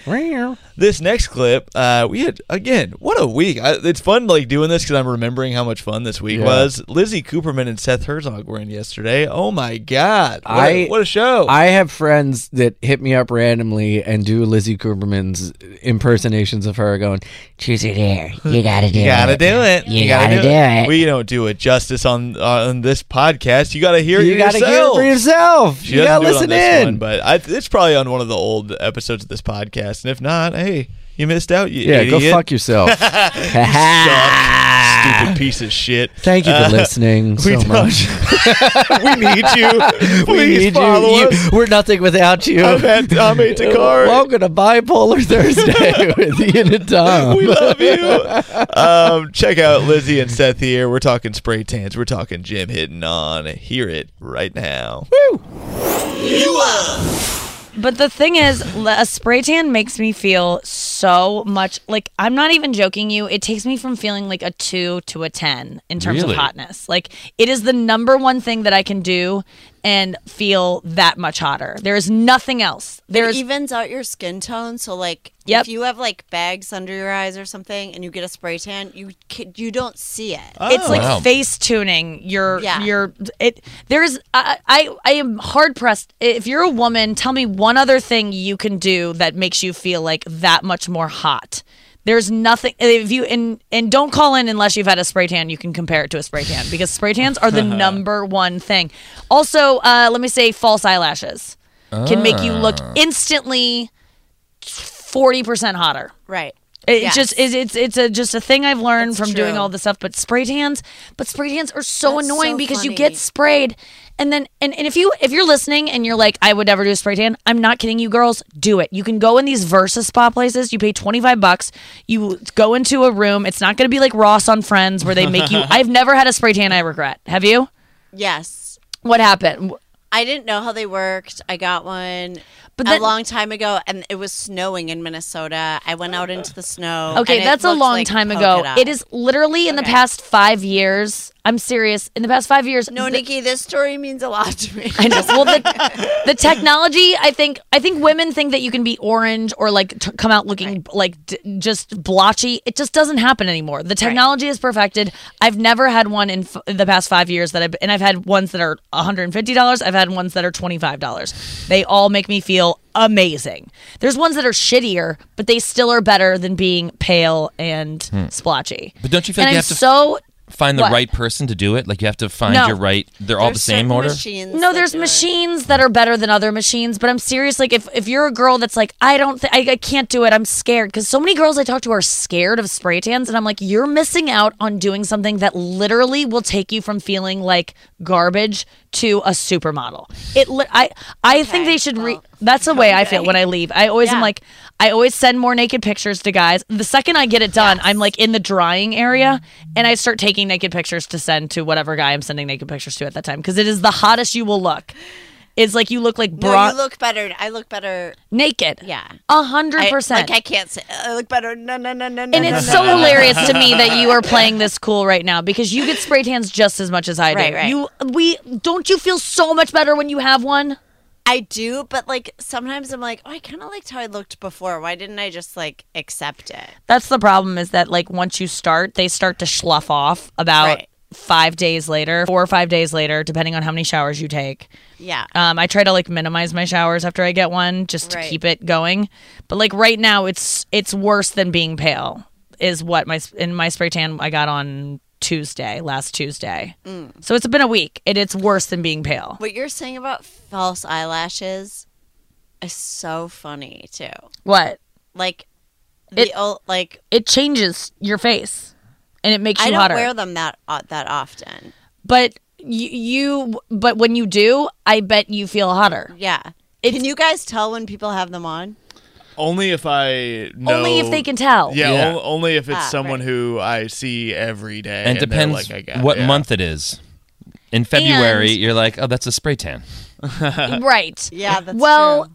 Speaker 2: This next clip, uh, we had again. What a week! I, it's fun like doing this because I'm remembering how much fun this week
Speaker 3: Yeah.
Speaker 2: was. Lizzie Cooperman and Seth Herzog were in yesterday. Oh my god! What, a-
Speaker 3: I-
Speaker 2: what a show!
Speaker 3: I have friends that hit me up randomly and do Lizzie Cooperman's impersonations of her going,
Speaker 7: Choose it here.
Speaker 2: [LAUGHS]
Speaker 7: You gotta do
Speaker 2: You gotta
Speaker 7: it.
Speaker 2: do it.
Speaker 7: You gotta do it.
Speaker 2: We don't do it justice on on this podcast. You gotta hear it
Speaker 3: You gotta hear it
Speaker 2: yourself.
Speaker 3: for yourself.
Speaker 2: She
Speaker 3: you
Speaker 2: doesn't
Speaker 3: gotta
Speaker 2: do it
Speaker 3: listen
Speaker 2: on this
Speaker 3: in.
Speaker 2: one, but I, it's probably on one of the old episodes of this podcast. And if not, hey, you missed out. You
Speaker 3: yeah, go
Speaker 2: idiot. [LAUGHS]
Speaker 3: fuck yourself. [LAUGHS]
Speaker 2: Suck, stupid piece of shit.
Speaker 3: Thank you for
Speaker 2: Uh, [LAUGHS]
Speaker 3: listening
Speaker 2: We
Speaker 3: so
Speaker 2: don't-
Speaker 3: much.
Speaker 2: [LAUGHS] we need
Speaker 8: [LAUGHS]
Speaker 2: you.
Speaker 3: We
Speaker 2: Please
Speaker 3: need you.
Speaker 2: follow
Speaker 3: You-
Speaker 2: us.
Speaker 3: We're nothing without you.
Speaker 2: I'm at Tom A. Takar.
Speaker 3: Welcome to Bipolar
Speaker 2: [LAUGHS]
Speaker 3: Thursday with Ian and Tom.
Speaker 2: we love you.
Speaker 8: [LAUGHS]
Speaker 2: Um, check out Lizzie and Seth here. We're talking spray tans. We're talking Jim hitting on. Hear it right now.
Speaker 4: But the thing is, l- a spray tan makes me feel so much like I'm not even joking you. It takes me from feeling like a two to a 10 in terms
Speaker 3: Really?
Speaker 4: of hotness. Like, it is the number one thing that I can do and feel that much hotter. There is nothing else.
Speaker 9: It
Speaker 4: There's
Speaker 9: evens out your skin tone. So like,
Speaker 4: Yep.
Speaker 9: if you have like bags under your eyes or something, and you get a spray tan, you ca- you don't see it.
Speaker 4: It's like
Speaker 2: wow.
Speaker 4: face tuning. You're
Speaker 9: Yeah.
Speaker 4: you're it there's I, I I am hard pressed. If you're a woman, tell me one other thing you can do that makes you feel like that much more hot. There's nothing if you and and don't call in unless you've had a spray tan. You can compare it to a spray tan because spray tans are the number one thing. Also, uh, let me say false eyelashes can make you look instantly 40% hotter.
Speaker 9: Right.
Speaker 4: It
Speaker 9: Yes.
Speaker 4: just is it's it's a just a thing I've learned
Speaker 9: It's
Speaker 4: from doing
Speaker 9: true.
Speaker 4: all the stuff. But spray tans, but spray tans are so
Speaker 9: That's
Speaker 4: annoying
Speaker 9: so
Speaker 4: because you
Speaker 9: funny.
Speaker 4: get sprayed, and then and, and if you if you're listening and you're like I would never do a spray tan, I'm not kidding you, girls. Do it. You can go in these Versus spa places. You pay 25 bucks. You go into a room. It's not going to be like Ross on Friends where they
Speaker 9: [LAUGHS]
Speaker 4: make you. I've never had a spray tan. I regret. Have you?
Speaker 9: Yes.
Speaker 4: What happened?
Speaker 9: I didn't know how they worked. I got one
Speaker 4: But
Speaker 9: but
Speaker 4: then-
Speaker 9: a long time ago, and it was snowing in Minnesota. I went out into the snow.
Speaker 4: Okay,
Speaker 9: and it
Speaker 4: that's a
Speaker 9: looked
Speaker 4: long
Speaker 9: like
Speaker 4: time
Speaker 9: polka
Speaker 4: ago.
Speaker 9: dot.
Speaker 4: It is literally in the
Speaker 9: Okay.
Speaker 4: past five years. I'm serious. In the past five years,
Speaker 9: No,
Speaker 4: th-
Speaker 9: Nikki, this story means a lot
Speaker 4: [LAUGHS]
Speaker 9: to me.
Speaker 4: I know. Well, the, the technology, I think, I think women think that you can be orange or like t- come out looking like d- just blotchy. It just doesn't happen anymore. The technology is perfected. I've never had one in f- the past five years that I've, and I've had ones that are $150. I've had ones that are $25. They all make me feel amazing. There's ones that are shittier, but they still are better than being pale and splotchy.
Speaker 8: Hmm. But don't you feel
Speaker 4: and
Speaker 8: like you
Speaker 4: I'm
Speaker 8: have to f-
Speaker 4: so
Speaker 8: Find the
Speaker 4: What?
Speaker 8: right person to do it. Like you have to find
Speaker 4: No.
Speaker 8: your right. They're all the
Speaker 9: There's
Speaker 8: same
Speaker 9: certain
Speaker 8: order.
Speaker 9: machines
Speaker 4: No,
Speaker 9: that
Speaker 4: there's
Speaker 9: do it.
Speaker 4: machines that are better than other machines, but I'm serious. Like, if, if you're a girl that's like, I don't, th- I, I can't do it. I'm scared because so many girls I talk to are scared of spray tans, and I'm like, you're missing out on doing something that literally will take you from feeling like garbage to a supermodel. It, li- I, I think they should. Re- that's the way I feel when I leave. I always am
Speaker 9: Yeah.
Speaker 4: like, I always send more naked pictures to guys. The second I get it done, I'm like in the drying area
Speaker 9: Mm-hmm.
Speaker 4: and I start taking naked pictures to send to whatever guy I'm sending naked pictures to at that time because it is the hottest you will look. It's like you look like
Speaker 9: No,
Speaker 4: bra-
Speaker 9: you look better. I look better.
Speaker 4: naked.
Speaker 9: Yeah.
Speaker 4: A
Speaker 9: I-
Speaker 4: hundred percent.
Speaker 9: Like I can't say. I look better. No, no, no, no, no.
Speaker 4: And it's
Speaker 9: [LAUGHS]
Speaker 4: so hilarious to me that you are playing this cool right now because you get spray tans just as much as I do.
Speaker 9: Right, right.
Speaker 4: You we don't you feel so much better when you have one?
Speaker 9: I do, but like sometimes I'm like, oh, I kind of liked how I looked before. Why didn't I just like accept it?
Speaker 4: That's the problem is that like once you start, they start to slough off about
Speaker 9: Right.
Speaker 4: five days later, four or five days later, depending on how many showers you take.
Speaker 9: Yeah.
Speaker 4: Um, I try to like minimize my showers after I get one just to
Speaker 9: Right.
Speaker 4: keep it going. But like right now, it's it's worse than being pale. Is what my in my spray tan I got on Tuesday last Tuesday. So it's been a week, and it's worse than being pale.
Speaker 9: Mm. What you're saying about false eyelashes is so funny too.
Speaker 4: What
Speaker 9: Like the
Speaker 4: It-
Speaker 9: old, like
Speaker 4: it changes your face, and it makes
Speaker 9: I
Speaker 4: you
Speaker 9: don't
Speaker 4: hotter.
Speaker 9: wear them that uh, that often.
Speaker 4: but you, you but when you do, I bet you feel hotter.
Speaker 9: Yeah. Can you guys tell when people have them on?
Speaker 2: Only if I know.
Speaker 4: Only if they can tell.
Speaker 2: Yeah,
Speaker 8: Yeah.
Speaker 2: on- only if it's
Speaker 9: Ah,
Speaker 2: someone
Speaker 9: right.
Speaker 2: who I see every day.
Speaker 8: and it
Speaker 2: they're
Speaker 8: depends
Speaker 2: like, I got-
Speaker 8: what
Speaker 2: yeah.
Speaker 8: month it is. in February,
Speaker 4: And-
Speaker 8: you're like, oh, that's a spray tan.
Speaker 7: right.
Speaker 9: Yeah, that's
Speaker 7: well,
Speaker 9: true.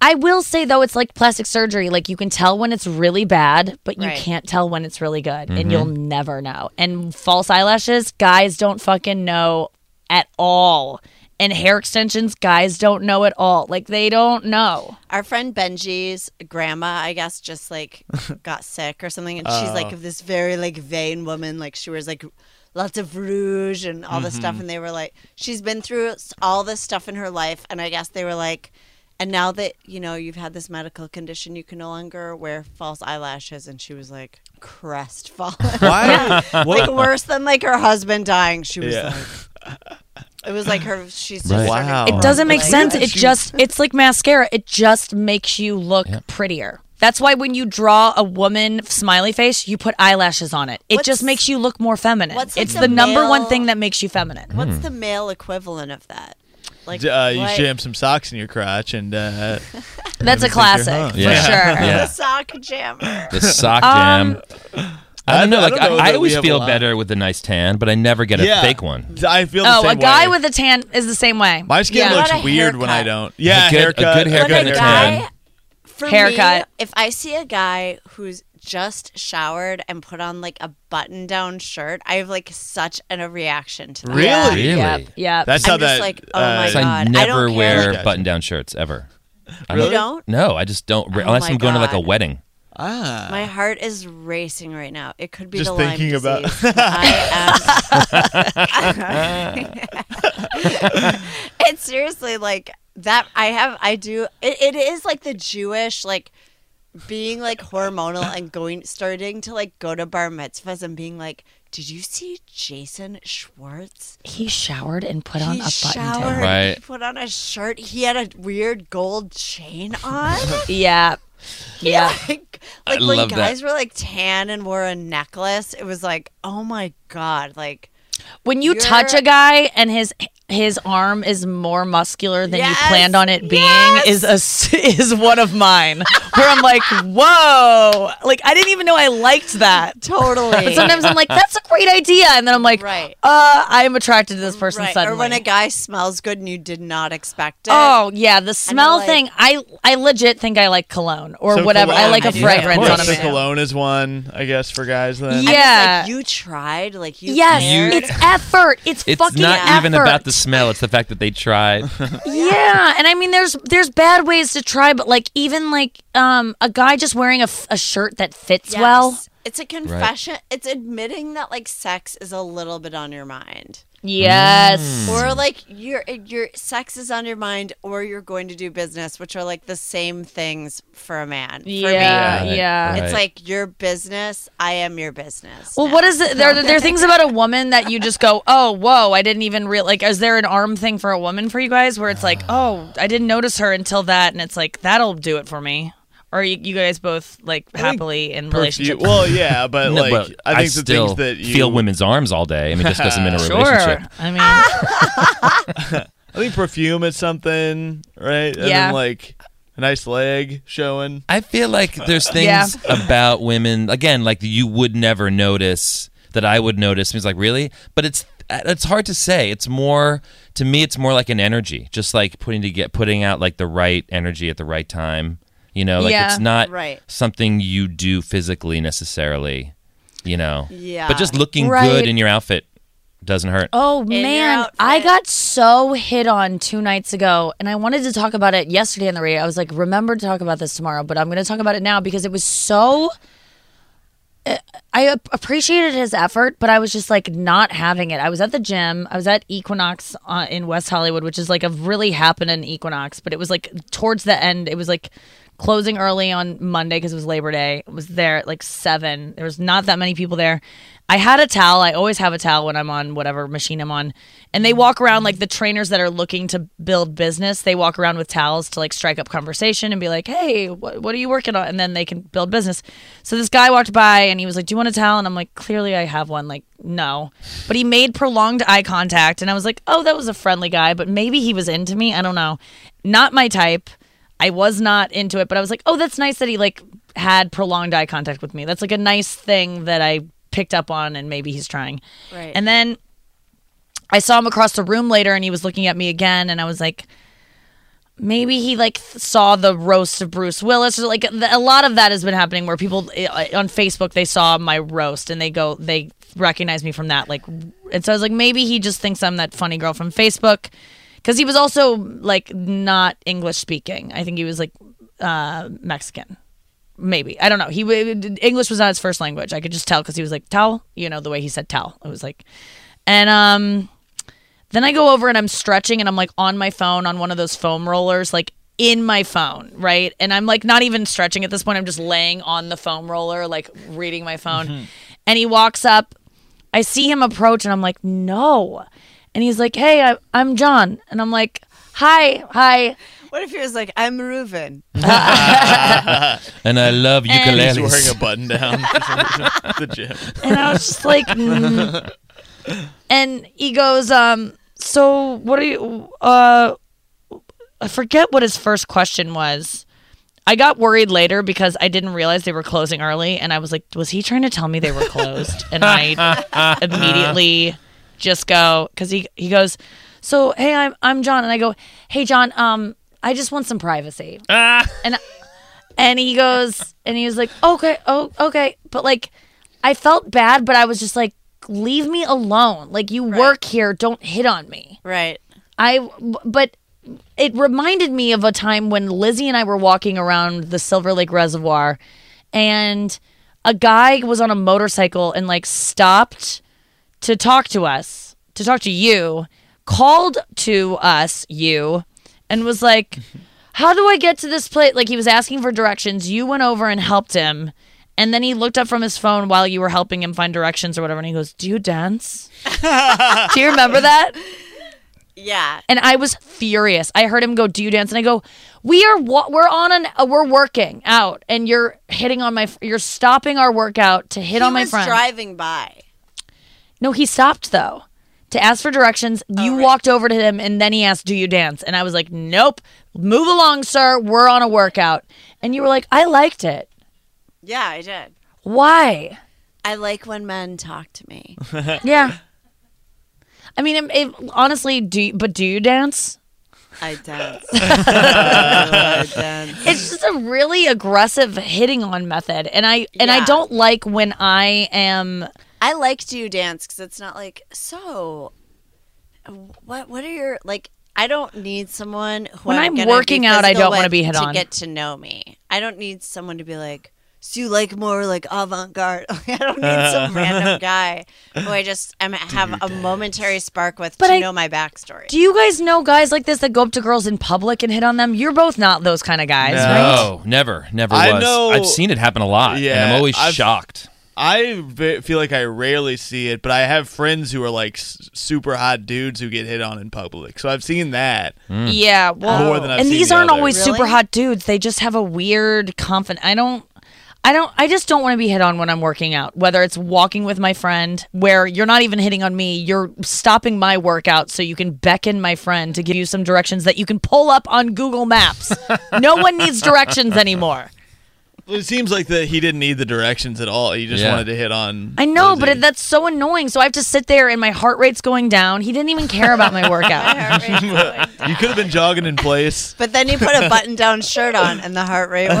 Speaker 7: I will say though, it's like plastic surgery. Like you can tell when it's really bad, but you
Speaker 9: Right.
Speaker 7: can't tell when it's really good, and you'll never know. And false eyelashes, guys don't fucking know at all. And hair extensions, guys don't know at all. Like they don't know.
Speaker 9: our friend Benji's grandma, I guess, just like got sick or something, and she's like this very like vain woman. Like she wears like lots of rouge and all this stuff, and they were like, she's been through s- all this stuff in her life, and I guess they were like, and now that you know you've had this medical condition, you can no longer wear false eyelashes, and she was like crestfallen,
Speaker 2: Why?
Speaker 9: [LAUGHS] like worse than like her husband dying. She was
Speaker 2: Yeah.
Speaker 9: like, it was like her. She's just
Speaker 8: Right.
Speaker 9: starting to
Speaker 2: Wow.
Speaker 9: cry.
Speaker 2: Oh,
Speaker 4: It doesn't make
Speaker 9: Like,
Speaker 4: sense. It just it's like mascara. It just makes you look prettier. That's why when you draw a woman smiley face, you put eyelashes on it. It
Speaker 9: What's-
Speaker 4: just makes you look more feminine.
Speaker 9: what's, like,
Speaker 4: it's
Speaker 9: the
Speaker 4: the, number one
Speaker 9: male-
Speaker 4: thing that makes you feminine.
Speaker 8: Hmm.
Speaker 9: What's the male equivalent of that? Like
Speaker 2: Uh, you
Speaker 9: what- [LAUGHS]
Speaker 2: jam some socks in your crotch and uh,
Speaker 4: That's a
Speaker 2: think you're
Speaker 4: classic
Speaker 2: hot.
Speaker 4: for
Speaker 8: Yeah.
Speaker 4: sure.
Speaker 2: [LAUGHS]
Speaker 9: the
Speaker 8: Yeah,
Speaker 9: sock jammer.
Speaker 8: the
Speaker 9: [LAUGHS]
Speaker 8: sock jam.
Speaker 9: Um,
Speaker 8: I don't know.
Speaker 2: I
Speaker 8: Like
Speaker 2: don't know
Speaker 8: I, I
Speaker 2: that we
Speaker 8: always
Speaker 2: have a
Speaker 8: feel
Speaker 2: lot.
Speaker 8: better with a nice tan, but I never get a
Speaker 2: Yeah.
Speaker 8: fake one.
Speaker 2: I feel. The
Speaker 4: Oh, a
Speaker 2: same
Speaker 4: guy
Speaker 2: way.
Speaker 4: with a tan is the same way.
Speaker 2: my skin
Speaker 9: Yeah. What
Speaker 2: looks
Speaker 9: a
Speaker 2: weird when I
Speaker 9: haircut.
Speaker 2: don't. Yeah,
Speaker 8: a good,
Speaker 2: haircut.
Speaker 8: A good haircut
Speaker 9: When
Speaker 8: and
Speaker 9: a
Speaker 8: a
Speaker 9: guy,
Speaker 8: tan.
Speaker 9: for
Speaker 4: Haircut.
Speaker 9: me, if I see a guy who's just showered and put on like a button-down shirt, I have like such an, a reaction to that.
Speaker 2: Really?
Speaker 4: Yeah.
Speaker 8: Really?
Speaker 4: Yep. yep.
Speaker 2: That's
Speaker 9: I'm
Speaker 2: how
Speaker 9: just
Speaker 2: that.
Speaker 9: like, oh
Speaker 2: uh,
Speaker 9: my
Speaker 8: So I
Speaker 9: God, I
Speaker 8: never
Speaker 9: don't care,
Speaker 8: wear
Speaker 2: like-
Speaker 8: button-down shirts ever. I'm
Speaker 9: You
Speaker 8: not-
Speaker 9: don't?
Speaker 8: No, I just don't. unless
Speaker 9: Oh my
Speaker 8: I'm going to like a
Speaker 9: God.
Speaker 8: wedding.
Speaker 2: Ah.
Speaker 9: My heart is racing right now. It could be
Speaker 2: Just
Speaker 9: the Lyme
Speaker 2: thinking about-
Speaker 9: disease.
Speaker 2: [LAUGHS]
Speaker 9: I am. [LAUGHS] it's seriously like that. I have. I do. It, it is like the Jewish like being like hormonal and going starting to like go to bar mitzvahs and being like. Did you see Jason Schwartz?
Speaker 7: He showered and put on
Speaker 9: he
Speaker 7: a button down.
Speaker 9: showered.
Speaker 8: Right.
Speaker 9: He put on a shirt. He had a weird gold chain
Speaker 2: [LAUGHS]
Speaker 9: on.
Speaker 7: Yeah. Yeah.
Speaker 9: [LAUGHS] like,
Speaker 8: I
Speaker 9: like when
Speaker 8: love that.
Speaker 9: guys were like tan and wore a necklace, it was like, oh my
Speaker 4: [LAUGHS]
Speaker 9: god, like
Speaker 4: when you
Speaker 9: You're-
Speaker 4: touch a guy and his his arm is more muscular than
Speaker 9: Yes,
Speaker 4: you planned on it being
Speaker 9: yes.
Speaker 4: is a s- [LAUGHS] is one of mine where I'm like, whoa, like I didn't even know I liked that.
Speaker 9: totally.
Speaker 4: Sometimes I'm like, that's a great idea, and then I'm like,
Speaker 9: Right.
Speaker 4: uh, I'm attracted to this person
Speaker 9: right.
Speaker 4: suddenly.
Speaker 9: Or when a guy smells good and you did not expect it.
Speaker 4: Oh yeah, the smell
Speaker 9: like-
Speaker 4: thing. I I legit think I like cologne or
Speaker 2: So
Speaker 4: whatever. I
Speaker 2: cologne,
Speaker 4: like a
Speaker 9: yeah,
Speaker 4: fragrance
Speaker 9: of
Speaker 4: on
Speaker 2: yeah,
Speaker 4: a
Speaker 9: course.
Speaker 2: so
Speaker 4: man.
Speaker 2: cologne is one, I guess, for guys. Then
Speaker 9: I'm just
Speaker 4: yeah.
Speaker 9: like, you tried, like you.
Speaker 4: Yes,
Speaker 9: cared.
Speaker 4: it's effort. It's,
Speaker 8: It's
Speaker 4: fucking
Speaker 8: not
Speaker 4: effort.
Speaker 8: even about the smell. It's the fact that they
Speaker 2: [LAUGHS]
Speaker 8: tried.
Speaker 4: Yeah, and I mean, there's there's bad ways to try, but like even like um a guy just wearing a, f- a shirt that fits
Speaker 9: Yes.
Speaker 4: well.
Speaker 9: It's a confession. It's admitting that like sex is a little bit on your mind,
Speaker 4: Yes.
Speaker 9: or like your your sex is on your mind, or you're going to do business, which are like the same things for a man. For me.
Speaker 4: Yeah,
Speaker 8: Right,
Speaker 4: yeah.
Speaker 8: right.
Speaker 9: It's like your business. I am your business.
Speaker 4: Well,
Speaker 9: now.
Speaker 4: what is it? There, there are things about a woman that you just go, oh, whoa, I didn't even real like. Is there an arm thing for a woman for you guys where it's like, oh, I didn't notice her until that, and it's like that'll do it for me. Or you, you guys both like happily in
Speaker 2: perfume.
Speaker 4: relationship.
Speaker 2: Well, yeah, but
Speaker 8: No,
Speaker 2: like
Speaker 8: but
Speaker 2: I think the
Speaker 8: still
Speaker 2: things that you
Speaker 8: feel women's arms all day. I mean, just doesn't
Speaker 2: [LAUGHS]
Speaker 8: mean a
Speaker 4: sure.
Speaker 8: relationship.
Speaker 4: I mean,
Speaker 2: I think perfume is something, right? And
Speaker 4: Yeah.
Speaker 2: then like a nice leg showing.
Speaker 8: I feel like there's things
Speaker 4: [LAUGHS] Yeah.
Speaker 8: about women again, like you would never notice that I would notice. It's like really, but it's it's hard to say. It's more to me. It's more like an energy, just like putting to get putting out like the right energy at the right time. You know, like
Speaker 4: Yeah,
Speaker 8: it's not
Speaker 9: right.
Speaker 8: something you do physically necessarily. You know,
Speaker 9: Yeah.
Speaker 8: But just looking
Speaker 4: Right.
Speaker 8: good in your outfit doesn't hurt.
Speaker 4: Oh
Speaker 9: your
Speaker 4: man,
Speaker 9: outfit.
Speaker 4: I got so hit on two nights ago, and I wanted to talk about it yesterday on the radio. I was like, remember to talk about this tomorrow, but I'm going to talk about it now because it was so. Uh, I ap- appreciated his effort, but I was just like not having it. I was at the gym. I was at Equinox uh, in West Hollywood, which is like a really happening Equinox, but it was like towards the end. It was like closing early on Monday because it was Labor Day. It was there at like seven. There was not that many people there. I had a towel. I always have a towel when I'm on whatever machine I'm on. And they walk around like the trainers that are looking to build business. They walk around with towels to like strike up conversation and be like, hey, what, what are you working on? And then they can build business. So this guy walked by and he was like, do you want a towel? And I'm like, clearly I have one. Like, no. But he made prolonged eye contact. And I was like, oh, that was a friendly guy, but maybe he was into me. I don't know. Not my type. I was not into it, but I was like, oh, that's nice that he like had prolonged eye contact with me. That's like a nice thing that I picked up on and maybe he's trying.
Speaker 9: Right.
Speaker 4: And then I saw him across the room later and he was looking at me again and I was like maybe he like th- saw the roast of Bruce Willis or like th- a lot of that has been happening where people uh, on Facebook they saw my roast and they go they recognize me from that like and so I was like maybe he just thinks I'm that funny girl from Facebook cuz he was also like not English speaking. I think he was like uh Mexican. Maybe. I don't know. He w- English was not his first language. I could just tell cuz he was like towel, you know, the way he said towel. It was like and um then I go over and I'm stretching and I'm like on my phone on one of those foam rollers, like in my phone, right? And I'm like not even stretching at this point. I'm just laying on the foam roller, like reading my phone. And he walks up. I see him approach and I'm like, no. And he's like, hey, I, I'm John. And I'm like, hi, hi.
Speaker 9: What if he was like, I'm Reuven?
Speaker 8: and I love
Speaker 2: He's wearing
Speaker 8: ukuleles.
Speaker 2: a button down. the gym.
Speaker 4: And I was just like, mm. and he goes, um, so what are you, uh, I forget what his first question was. I got worried later because I didn't realize they were closing early. And I was like, was he trying to tell me they were closed? and I immediately just go, cause he, he goes, so, Hey, I'm, I'm John. And I go, Hey John, um, I just want some privacy. And, and he goes, and he was like, okay, oh, okay. But like, I felt bad, but I was just like, leave me alone. Like, you work here, don't hit on me.
Speaker 9: Right.
Speaker 4: I, but it reminded me of a time when Lizzie and I were walking around the Silver Lake Reservoir and a guy was on a motorcycle and like stopped to talk to us, to talk to you, called to us, you, and was like, How do I get to this place? Like he was asking for directions. You went over and helped him. And then he looked up from his phone while you were helping him find directions or whatever. And he goes, Do you dance? do you remember that?
Speaker 9: Yeah.
Speaker 4: and I was furious. I heard him go, "Do you dance?" And I go, "We are wa- we're on an uh, we're working out, and you're hitting on my fr- you're stopping our workout to hit
Speaker 9: he
Speaker 4: on my
Speaker 9: was
Speaker 4: friend."
Speaker 9: driving by.
Speaker 4: no, he stopped though to ask for directions.
Speaker 9: Oh,
Speaker 4: you walked over to him, and then he asked, "Do you dance?" And I was like, "Nope, move along, sir. We're on a workout." And you were like, "I liked it.
Speaker 9: Yeah, I did.
Speaker 4: Why?"
Speaker 9: I like when men talk to me.
Speaker 4: yeah. I mean, it, it- honestly, do you, but do you dance?
Speaker 9: [LAUGHS] I dance. I dance.
Speaker 4: it's just a really aggressive hitting on method and i and i
Speaker 9: Yeah.
Speaker 4: don't like when i am
Speaker 9: I like to dance because it's not like so. What What are your like? I don't need someone who
Speaker 4: When I'm
Speaker 9: gonna be
Speaker 4: working out, I
Speaker 9: physical
Speaker 4: don't wanna
Speaker 9: with
Speaker 4: be hit
Speaker 9: to
Speaker 4: on.
Speaker 9: Get to know me. I don't need someone to be like. So you like more [LAUGHS] like avant garde? I don't need
Speaker 4: [LAUGHS]
Speaker 9: some random guy who I just am, have a momentary spark with
Speaker 4: But
Speaker 9: to
Speaker 4: I-
Speaker 9: know my backstory.
Speaker 4: do you guys know guys like this that go up to girls in public and hit on them you're both not those kind of guys right
Speaker 8: No, never, never
Speaker 2: I
Speaker 8: was.
Speaker 2: know-
Speaker 8: I've seen it happen a lot, and
Speaker 2: Yeah,
Speaker 8: I'm always
Speaker 2: I've-
Speaker 8: shocked.
Speaker 2: I ve- feel like I rarely see it, but I have friends who are like s- super hot dudes who get hit on in public. So I've seen that.
Speaker 4: yeah well
Speaker 2: Hmm. More than I've
Speaker 4: and
Speaker 2: seen
Speaker 4: these
Speaker 2: the
Speaker 4: aren't
Speaker 2: other.
Speaker 4: always super
Speaker 9: Really?
Speaker 4: hot dudes they just have a weird confidence i don't I don't I just don't want to be hit on when I'm working out, whether it's walking with my friend where you're not even hitting on me, you're stopping my workout so you can beckon my friend to give you some directions that you can pull up on
Speaker 2: [LAUGHS]
Speaker 4: Google Maps. no one needs directions anymore.
Speaker 2: It seems like that he didn't need the directions at all. He just
Speaker 8: Yeah.
Speaker 2: wanted to hit on.
Speaker 4: I know, but
Speaker 2: Lizzie.
Speaker 4: it, that's so annoying. So I have to sit there and my heart rate's going down. He didn't even care about my [LAUGHS] workout.
Speaker 2: you could have been jogging in place.
Speaker 9: But then you put a button-down shirt on, and the heart rate went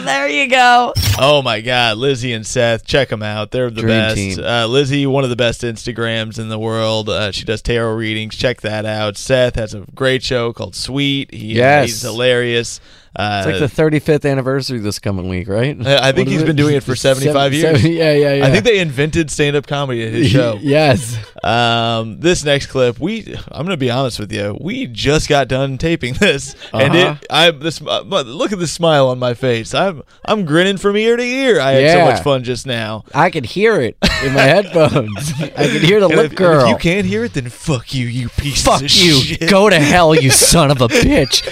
Speaker 4: [LAUGHS] uh,
Speaker 9: [LAUGHS]
Speaker 4: there you go.
Speaker 2: Oh my God, Lizzie and Seth, check them out. They're the
Speaker 3: Dream
Speaker 2: best.
Speaker 3: team.
Speaker 2: Uh, Lizzie, one of the best Instagrams in the world. Uh, she does tarot readings. Check that out. Seth has a great show called Sweet. He,
Speaker 3: Yes.
Speaker 2: he's hilarious. Uh,
Speaker 3: It's like the 35th anniversary this coming week, right?
Speaker 2: I- I think
Speaker 3: What is
Speaker 2: he's been doing it for 75 years.
Speaker 3: yeah, yeah, yeah.
Speaker 2: I think they invented stand-up comedy at
Speaker 3: [LAUGHS]
Speaker 2: his show.
Speaker 3: yes.
Speaker 2: Um, this next clip, we I'm gonna be honest with you, we just got done taping this, and
Speaker 3: Uh-huh.
Speaker 2: it I this uh, look at the smile on my face. I'm I'm grinning from ear to ear. I had so
Speaker 3: Yeah.
Speaker 2: much fun just now.
Speaker 3: I could hear it in my headphones. I could hear the
Speaker 2: And [LAUGHS] if,
Speaker 3: lip
Speaker 2: if
Speaker 3: girl.
Speaker 2: you can't hear it, then fuck you, you piece
Speaker 3: Fuck
Speaker 2: of
Speaker 3: you.
Speaker 2: shit. [LAUGHS]
Speaker 3: Go to hell, you son of a bitch.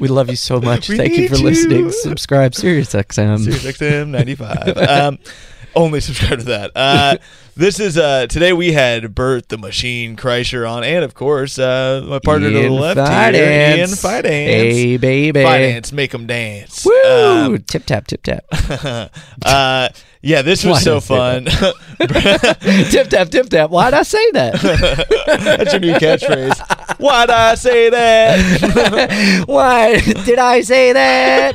Speaker 3: We love you so much.
Speaker 2: We
Speaker 3: Thank you
Speaker 2: need
Speaker 3: for
Speaker 2: you.
Speaker 3: listening. Subscribe, SiriusXM.
Speaker 2: SiriusXM 95. um, Only subscribe to that. Uh,
Speaker 3: [LAUGHS]
Speaker 2: this is uh, today we had Bert the Machine Kreischer on, and of course uh, my partner to the left here, Ian Finance.
Speaker 3: Hey, baby.
Speaker 2: Finance, make them dance.
Speaker 3: Woo!
Speaker 2: Um,
Speaker 3: tip tap, tip tap. [LAUGHS]
Speaker 2: [LAUGHS] uh, yeah, this was
Speaker 3: Why
Speaker 2: so
Speaker 3: did I
Speaker 2: fun.
Speaker 3: tip tap, tip tap. Why'd I say [LAUGHS] that?
Speaker 2: [LAUGHS] That's your new catchphrase. Why'd I say that?
Speaker 3: Why did I say [LAUGHS] that?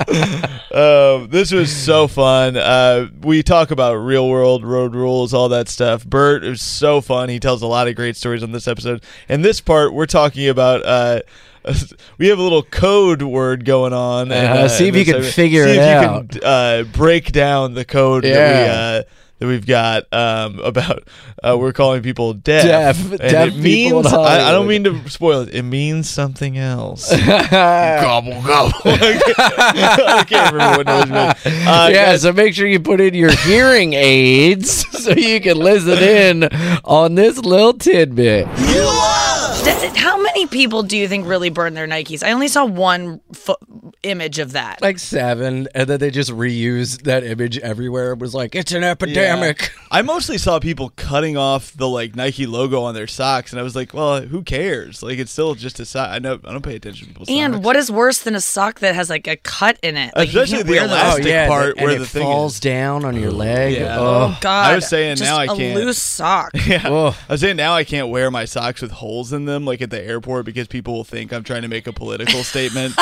Speaker 2: Um, this was so fun. Uh, we talk about real world road rules, all that stuff. Bert is so fun. He tells a lot of great stories on this episode. And this part, we're talking about. Uh, [LAUGHS] we have a little code word going on. and,
Speaker 3: Uh, see if
Speaker 2: in
Speaker 3: you
Speaker 2: this
Speaker 3: can
Speaker 2: segment-
Speaker 3: figure
Speaker 2: see
Speaker 3: it
Speaker 2: if you
Speaker 3: out.
Speaker 2: Can, uh, break down the code
Speaker 3: Yeah.
Speaker 2: that we. Uh, that we've got um, [LAUGHS] about uh, we're calling people deaf.
Speaker 3: Deaf-
Speaker 2: and
Speaker 3: deaf
Speaker 2: it
Speaker 3: people
Speaker 2: means
Speaker 3: in
Speaker 2: I, I don't
Speaker 3: Hollywood.
Speaker 2: mean to spoil it. It means something
Speaker 3: [LAUGHS]
Speaker 2: else. [LAUGHS]
Speaker 3: Uh,
Speaker 5: Gobble gobble.
Speaker 2: I can't remember what noise it made. Uh,
Speaker 3: [LAUGHS] yeah, so make sure you put in your hearing aids [LAUGHS] so you can listen in on this little tidbit.
Speaker 4: Th- How many people do you think really burn their Nikes? I only saw one fo- image of that.
Speaker 3: Like seven, and then they just reused that image everywhere. It was like, it's an epidemic. Oh,
Speaker 2: Yeah. I mostly saw people cutting off the like Nike logo on their socks, and I was like, "Well, who cares? Like, it's still just a sock. I know I don't pay attention to people's
Speaker 4: and
Speaker 2: socks.
Speaker 4: what is worse than a sock that has like a cut in it? Like, you
Speaker 2: Especially
Speaker 4: can't
Speaker 2: the
Speaker 4: wear those.
Speaker 2: elastic part
Speaker 3: and
Speaker 2: where
Speaker 3: it
Speaker 2: the thing
Speaker 3: falls
Speaker 2: is.
Speaker 3: down on your leg.
Speaker 2: Yeah.
Speaker 3: Oh,
Speaker 4: God,
Speaker 2: I was saying
Speaker 4: just
Speaker 2: now I
Speaker 4: a
Speaker 2: can't.
Speaker 4: loose sock.
Speaker 2: [LAUGHS] Yeah.
Speaker 3: Ugh.
Speaker 2: I was saying now I can't wear my socks with holes in them, like at the airport, because people will think I'm trying to make a political
Speaker 4: [LAUGHS]
Speaker 2: statement.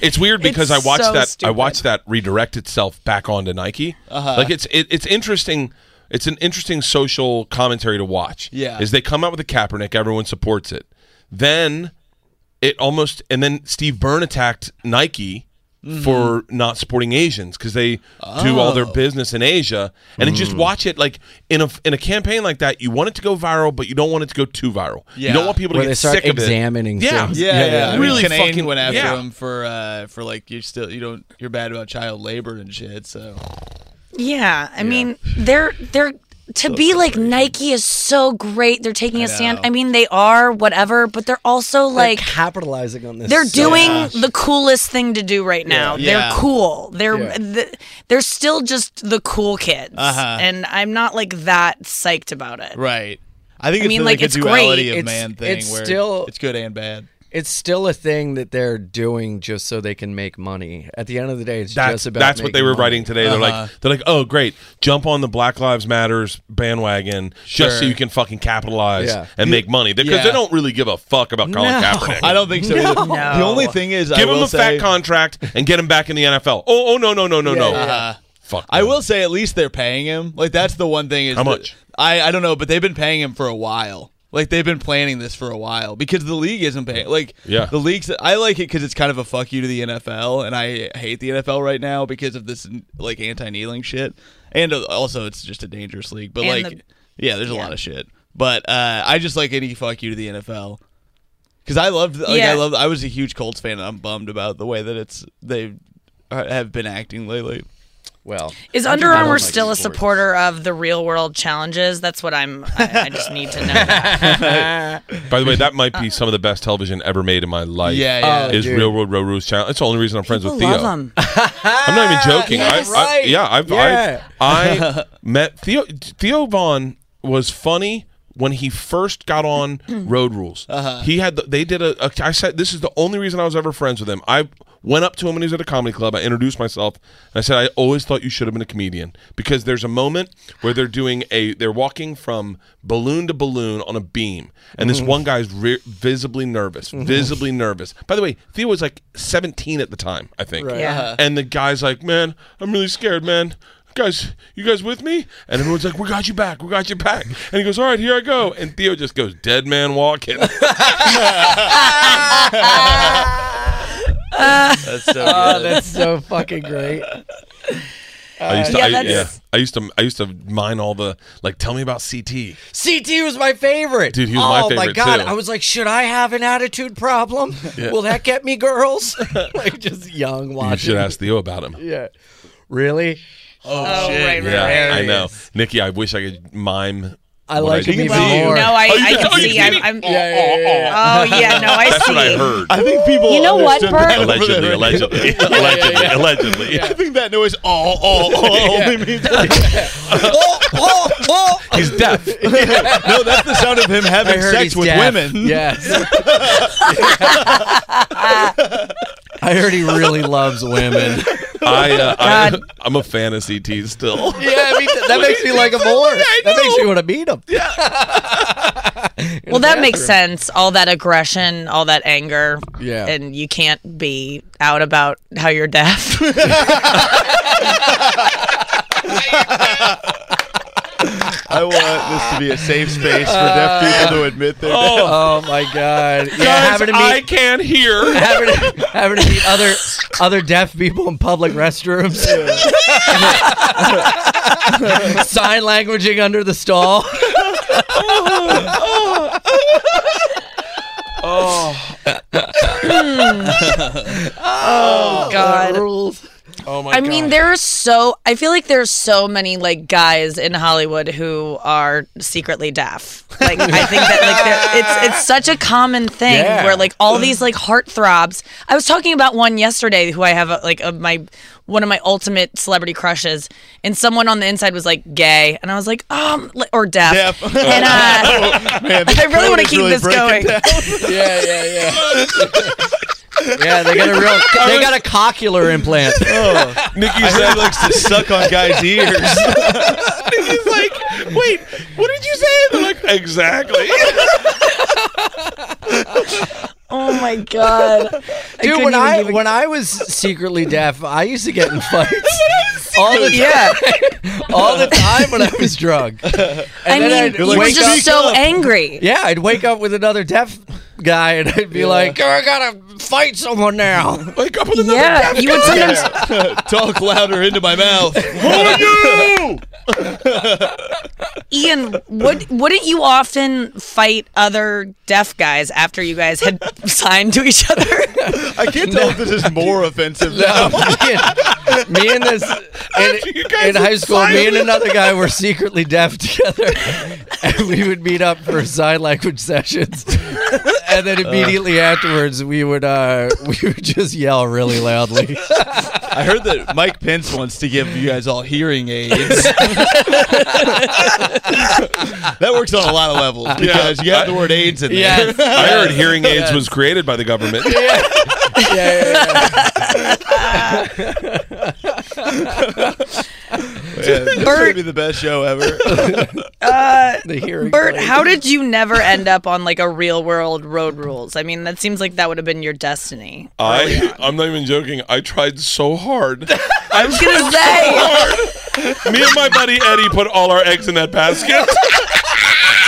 Speaker 10: It's weird because
Speaker 4: It's
Speaker 10: I watched
Speaker 4: so
Speaker 10: that I
Speaker 4: stupid.
Speaker 10: watched that redirect itself back onto Nike. Like it's it, it's interesting. It's an interesting social commentary to watch.
Speaker 2: Yeah.
Speaker 10: is they come out with a Kaepernick, everyone supports it. Then it almost and then Steve Byrne attacked Nike. For not supporting Asians because they do all their business in Asia, and then just watch it like in a in a campaign like that, you want it to go viral, but you don't want it to go too viral.
Speaker 2: Yeah.
Speaker 10: You don't want people
Speaker 3: Where
Speaker 10: to
Speaker 3: they
Speaker 10: get
Speaker 3: start
Speaker 10: sick of it.
Speaker 3: examining
Speaker 10: Yeah,
Speaker 3: things.
Speaker 2: yeah, yeah, I mean,
Speaker 10: really
Speaker 2: Kinane
Speaker 10: fucking
Speaker 2: went after
Speaker 10: yeah.
Speaker 2: him for uh, for like you're still you don't you're bad about child labor and shit. So
Speaker 4: Yeah, I mean, they're they're to be like Nike is so great. They're taking a stand.
Speaker 2: know.
Speaker 4: I mean, they are whatever, but they're also like
Speaker 3: capitalizing on this.
Speaker 4: they're
Speaker 3: so
Speaker 4: doing
Speaker 3: much.
Speaker 4: the coolest thing to do right now.
Speaker 2: Yeah.
Speaker 4: They're cool. They're
Speaker 3: Yeah.
Speaker 4: th- they're still just the cool kids,
Speaker 2: Uh-huh.
Speaker 4: and I'm not like that psyched about it.
Speaker 2: right, I think
Speaker 4: I
Speaker 2: it's
Speaker 4: mean,
Speaker 2: been,
Speaker 4: like,
Speaker 2: a
Speaker 4: it's
Speaker 2: duality
Speaker 4: great.
Speaker 2: of
Speaker 3: It's-
Speaker 2: man thing
Speaker 3: it's
Speaker 2: where
Speaker 3: still-
Speaker 2: it's good and bad.
Speaker 3: It's still a thing that they're doing just so they can make money. At the end of the day, it's
Speaker 10: That's,
Speaker 3: just about
Speaker 10: that's what they
Speaker 3: making
Speaker 10: were
Speaker 3: money.
Speaker 10: writing today. They're
Speaker 2: Uh-huh.
Speaker 10: like they're like, oh great, jump on the Black Lives Matters bandwagon just so
Speaker 2: Sure.
Speaker 10: you can fucking capitalize
Speaker 3: Yeah.
Speaker 10: and make money because
Speaker 2: Yeah.
Speaker 10: they don't really give a fuck about Colin Kaepernick.
Speaker 2: I don't think so. either. The only thing is, I
Speaker 10: give him
Speaker 2: will
Speaker 10: a
Speaker 2: say,
Speaker 10: fat contract and get him back in the NFL. Oh oh no no no no no.
Speaker 2: Uh-huh.
Speaker 10: Fuck.
Speaker 2: I
Speaker 10: them.
Speaker 2: will say at least they're paying him. Like that's the one thing is
Speaker 10: How
Speaker 2: that-
Speaker 10: much?
Speaker 2: I I don't know, but they've been paying him for a while. Like they've been planning this for a while because the league isn't paying. Like
Speaker 10: Yeah.
Speaker 2: the leagues. I like it because it's kind of a fuck you to the NFL, and I hate the NFL right now because of this like anti kneeling shit, and also it's just a dangerous league. But
Speaker 4: And
Speaker 2: like,
Speaker 4: the-
Speaker 2: yeah, there's a lot of shit. But uh, I just like any fuck you to the NFL. Because I loved, like, I
Speaker 4: Yeah.
Speaker 2: loved, I was a huge Colts fan, and I'm bummed about the way that it's they are- have been acting lately.
Speaker 3: Well,
Speaker 4: Is Under Armour still a supporter of the real world challenges? That's what I'm. I, I just need to know. that.
Speaker 10: By the way, that might be some of the best television ever made in my life.
Speaker 2: Yeah, yeah.
Speaker 10: Is
Speaker 3: dude.
Speaker 10: Real World Road Rules channel? It's the only reason I'm friends with Theo.
Speaker 4: Love 'em.
Speaker 10: I'm not even joking.
Speaker 3: Yes.
Speaker 10: I, I,
Speaker 3: Right.
Speaker 10: yeah, I've,
Speaker 3: Yeah.
Speaker 10: I, I met Theo. Theo Vaughn was funny when he first got on Road Rules. He had the, they did a, a. I said this is the only reason I was ever friends with him. I went up to him when he was at a comedy club. I introduced myself. And I said I always thought you should have been a comedian because there's a moment where they're doing a they're walking from balloon to balloon on a beam, and this one guy's re- visibly nervous, visibly nervous. By the way, Theo was like 17 at the time, I think.
Speaker 4: Yeah.
Speaker 10: [LAUGHS] And the guy's like, "Man, I'm really scared, man. Guys, you guys with me?" And everyone's like, "We got you back. We got you back." And he goes, "All right, here I go." And Theo just goes, "Dead man walking."
Speaker 2: That's so
Speaker 3: oh,
Speaker 2: good.
Speaker 3: that's so fucking great.
Speaker 10: I used to,
Speaker 4: Yeah,
Speaker 10: I, yeah,
Speaker 4: that's-
Speaker 10: I used to, I used to mine all the like, tell me about CT.
Speaker 3: CT was my favorite.
Speaker 10: Dude, he was
Speaker 3: oh,
Speaker 10: my
Speaker 3: my
Speaker 10: favorite,
Speaker 3: god,
Speaker 10: too.
Speaker 3: I was like, should I have an attitude
Speaker 10: [LAUGHS]
Speaker 3: problem? Will that get me girls? [LAUGHS] like just young
Speaker 10: You
Speaker 3: watching.
Speaker 10: should ask Theo about
Speaker 3: [LAUGHS]
Speaker 10: him.
Speaker 3: Yeah. Really?
Speaker 4: Oh, right, right,
Speaker 10: Yeah,
Speaker 4: right.
Speaker 10: I know, Nikki. I wish I could mime.
Speaker 3: I
Speaker 10: what
Speaker 3: like
Speaker 10: I
Speaker 3: him
Speaker 10: did.
Speaker 3: even
Speaker 10: Well,
Speaker 3: more.
Speaker 4: No, I,
Speaker 10: Oh, you
Speaker 4: I
Speaker 10: can-
Speaker 4: can
Speaker 10: oh, you
Speaker 4: see.
Speaker 10: can
Speaker 4: I'm,
Speaker 10: see
Speaker 4: I'm,
Speaker 3: yeah, yeah, yeah, yeah.
Speaker 4: oh yeah, no, I see.
Speaker 10: [LAUGHS] That's what I heard.
Speaker 2: I think people.
Speaker 3: [LAUGHS]
Speaker 4: You know what,
Speaker 2: understood that
Speaker 4: Bert?
Speaker 2: over
Speaker 10: Allegedly,
Speaker 2: there.
Speaker 10: allegedly,
Speaker 2: Yeah, yeah,
Speaker 10: allegedly,
Speaker 2: yeah.
Speaker 10: allegedly.
Speaker 2: I think that noise all all all only means
Speaker 3: oh, oh, oh.
Speaker 10: He's
Speaker 2: [LAUGHS]
Speaker 10: deaf.
Speaker 2: no. That's the sound of him
Speaker 3: I
Speaker 2: having
Speaker 3: heard
Speaker 2: sex
Speaker 3: he's
Speaker 2: with
Speaker 3: deaf.
Speaker 2: women.
Speaker 3: [LAUGHS] Yes. I heard he really loves women.
Speaker 10: I, uh, I, [LAUGHS] I'm a fantasy tease
Speaker 2: [LAUGHS]
Speaker 10: still.
Speaker 3: Yeah, that [LAUGHS] makes me like him more. That makes me want to beat him. Yeah.
Speaker 4: Well, that makes sense. All that aggression, all that anger.
Speaker 3: Yeah.
Speaker 4: And you can't be out about how you're deaf. [LAUGHS]
Speaker 2: I want this to be a safe space for deaf people to admit their.
Speaker 10: Oh,
Speaker 3: Oh my god. Yeah,
Speaker 10: guys,
Speaker 3: having to
Speaker 10: I
Speaker 3: meet
Speaker 10: can't hear. [LAUGHS]
Speaker 3: having, to, having to meet other other deaf people in public restrooms. [LAUGHS] Sign languaging under the stall.
Speaker 4: God.
Speaker 3: rules.
Speaker 10: Oh my
Speaker 4: I mean, there are so. I feel like there's so many like guys in Hollywood who are secretly deaf. Like I think that like they're- it's it's such a common thing
Speaker 3: Yeah.
Speaker 4: where like all these like heartthrobs. I was talking about one yesterday who I have a, like a, my one of my ultimate celebrity crushes, and someone on the inside was like gay, and I was like um li- or deaf,
Speaker 2: Deaf.
Speaker 4: and uh,
Speaker 2: Man,
Speaker 4: [LAUGHS] I really want to keep this going.
Speaker 3: Yeah, yeah, yeah. Yeah, they got a real they got a cochlear [LAUGHS] implant.
Speaker 2: Nikki said [LAUGHS] likes to suck on guys'
Speaker 10: [LAUGHS]
Speaker 2: ears.
Speaker 10: He's like, wait, what did you say? They're like,
Speaker 2: [LAUGHS]
Speaker 10: exactly.
Speaker 4: Oh my god,
Speaker 3: Dude,
Speaker 4: couldn't
Speaker 3: when
Speaker 4: even
Speaker 3: I
Speaker 4: give a-
Speaker 3: when I was secretly deaf, I used to
Speaker 4: [LAUGHS]
Speaker 3: get in fights all the yeah, [LAUGHS] all the time when I was drunk. And
Speaker 4: I mean, you were
Speaker 3: wake up,
Speaker 4: just so angry.
Speaker 3: yeah, I'd wake up with another deaf guy, and I'd be like, "Oh, I gotta fight someone now." [LAUGHS]
Speaker 10: Wake up with another
Speaker 4: Yeah, you would sometimes
Speaker 10: [LAUGHS]
Speaker 2: Talk louder into my mouth.
Speaker 4: Ian, would wouldn't you often fight other deaf guys after you guys had [LAUGHS] signed to each other?
Speaker 2: I can't tell if this is
Speaker 10: [LAUGHS]
Speaker 2: more offensive now.
Speaker 3: me and this
Speaker 10: You
Speaker 3: in,
Speaker 10: guys
Speaker 3: in
Speaker 10: are
Speaker 3: high school, me and another guy were secretly deaf together, [LAUGHS] and we would meet up for sign language sessions, and then immediately afterwards, we would uh, [LAUGHS] we would just yell really loudly.
Speaker 2: I heard that Mike Pence wants to give you guys all hearing
Speaker 10: [LAUGHS]
Speaker 2: aids. that works on a lot of levels because you have the word aids in there. [LAUGHS]
Speaker 3: Yes.
Speaker 10: I heard hearing aids was created by the government.
Speaker 2: This
Speaker 4: Bert-
Speaker 2: would be the best show ever.
Speaker 3: the hearing.
Speaker 4: [LAUGHS] Bert,
Speaker 3: aid.
Speaker 4: how did you never end up on like a real world road rules? I mean, that seems like that would have been your destiny.
Speaker 10: I, I'm not even joking. I tried so hard.
Speaker 4: [LAUGHS] I was gonna [LAUGHS] say
Speaker 10: Me and my buddy Eddie put all our eggs in that basket.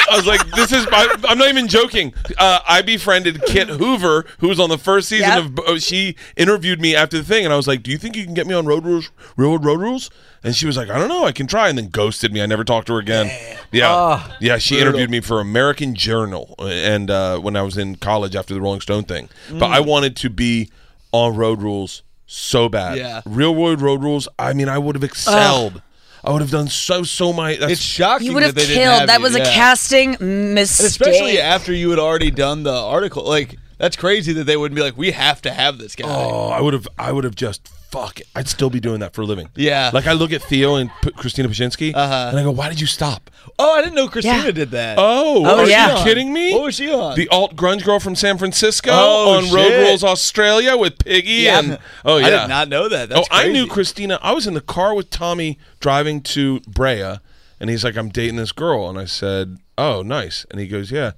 Speaker 10: I was like, this is, I, I'm not even joking. Uh, I befriended Kit Hoover, who was on the first season
Speaker 4: Yep.
Speaker 10: of, oh, she interviewed me after the thing, and I was like, do you think you can get me on Road Rules, Real Road Rules? And she was like, I don't know, I can try, and then ghosted me. I never talked to her again. Yeah. yeah, she interviewed me for American Journal, uh, and uh, when I was in college after the Rolling Stone thing. But I wanted to be on Road Rules so bad.
Speaker 2: Yeah.
Speaker 10: Real World Road Rules, I mean, I would have excelled. I would have done so, so my. That's
Speaker 2: It's shocking
Speaker 4: you would have
Speaker 2: that they didn't
Speaker 4: killed.
Speaker 2: have
Speaker 4: That
Speaker 2: you,
Speaker 4: was a
Speaker 2: yeah.
Speaker 4: casting mistake.
Speaker 2: Especially after you had already done the article. Like, that's crazy that they would be like, we have to have this guy.
Speaker 10: Oh, I would have. I would have just fuck it. I'd still be doing that for a living.
Speaker 2: Yeah. Uh-huh.
Speaker 10: Like I look at Theo and P- Christina Pajinski, and I go, "Why did you stop?"
Speaker 2: Oh, I didn't know Christina did that.
Speaker 10: Oh,
Speaker 4: Oh,
Speaker 10: are
Speaker 4: yeah.
Speaker 10: you kidding me?
Speaker 2: What was she on?
Speaker 10: The alt grunge girl from San Francisco
Speaker 2: Oh,
Speaker 10: on Road
Speaker 2: shit.
Speaker 10: Rules Australia with Piggy and oh yeah.
Speaker 2: I did not know that. That's
Speaker 10: oh, I knew
Speaker 2: crazy.
Speaker 10: Christina. I was in the car with Tommy driving to Brea, and he's like, "I'm dating this girl," and I said, "Oh, nice," and he goes, "Yeah."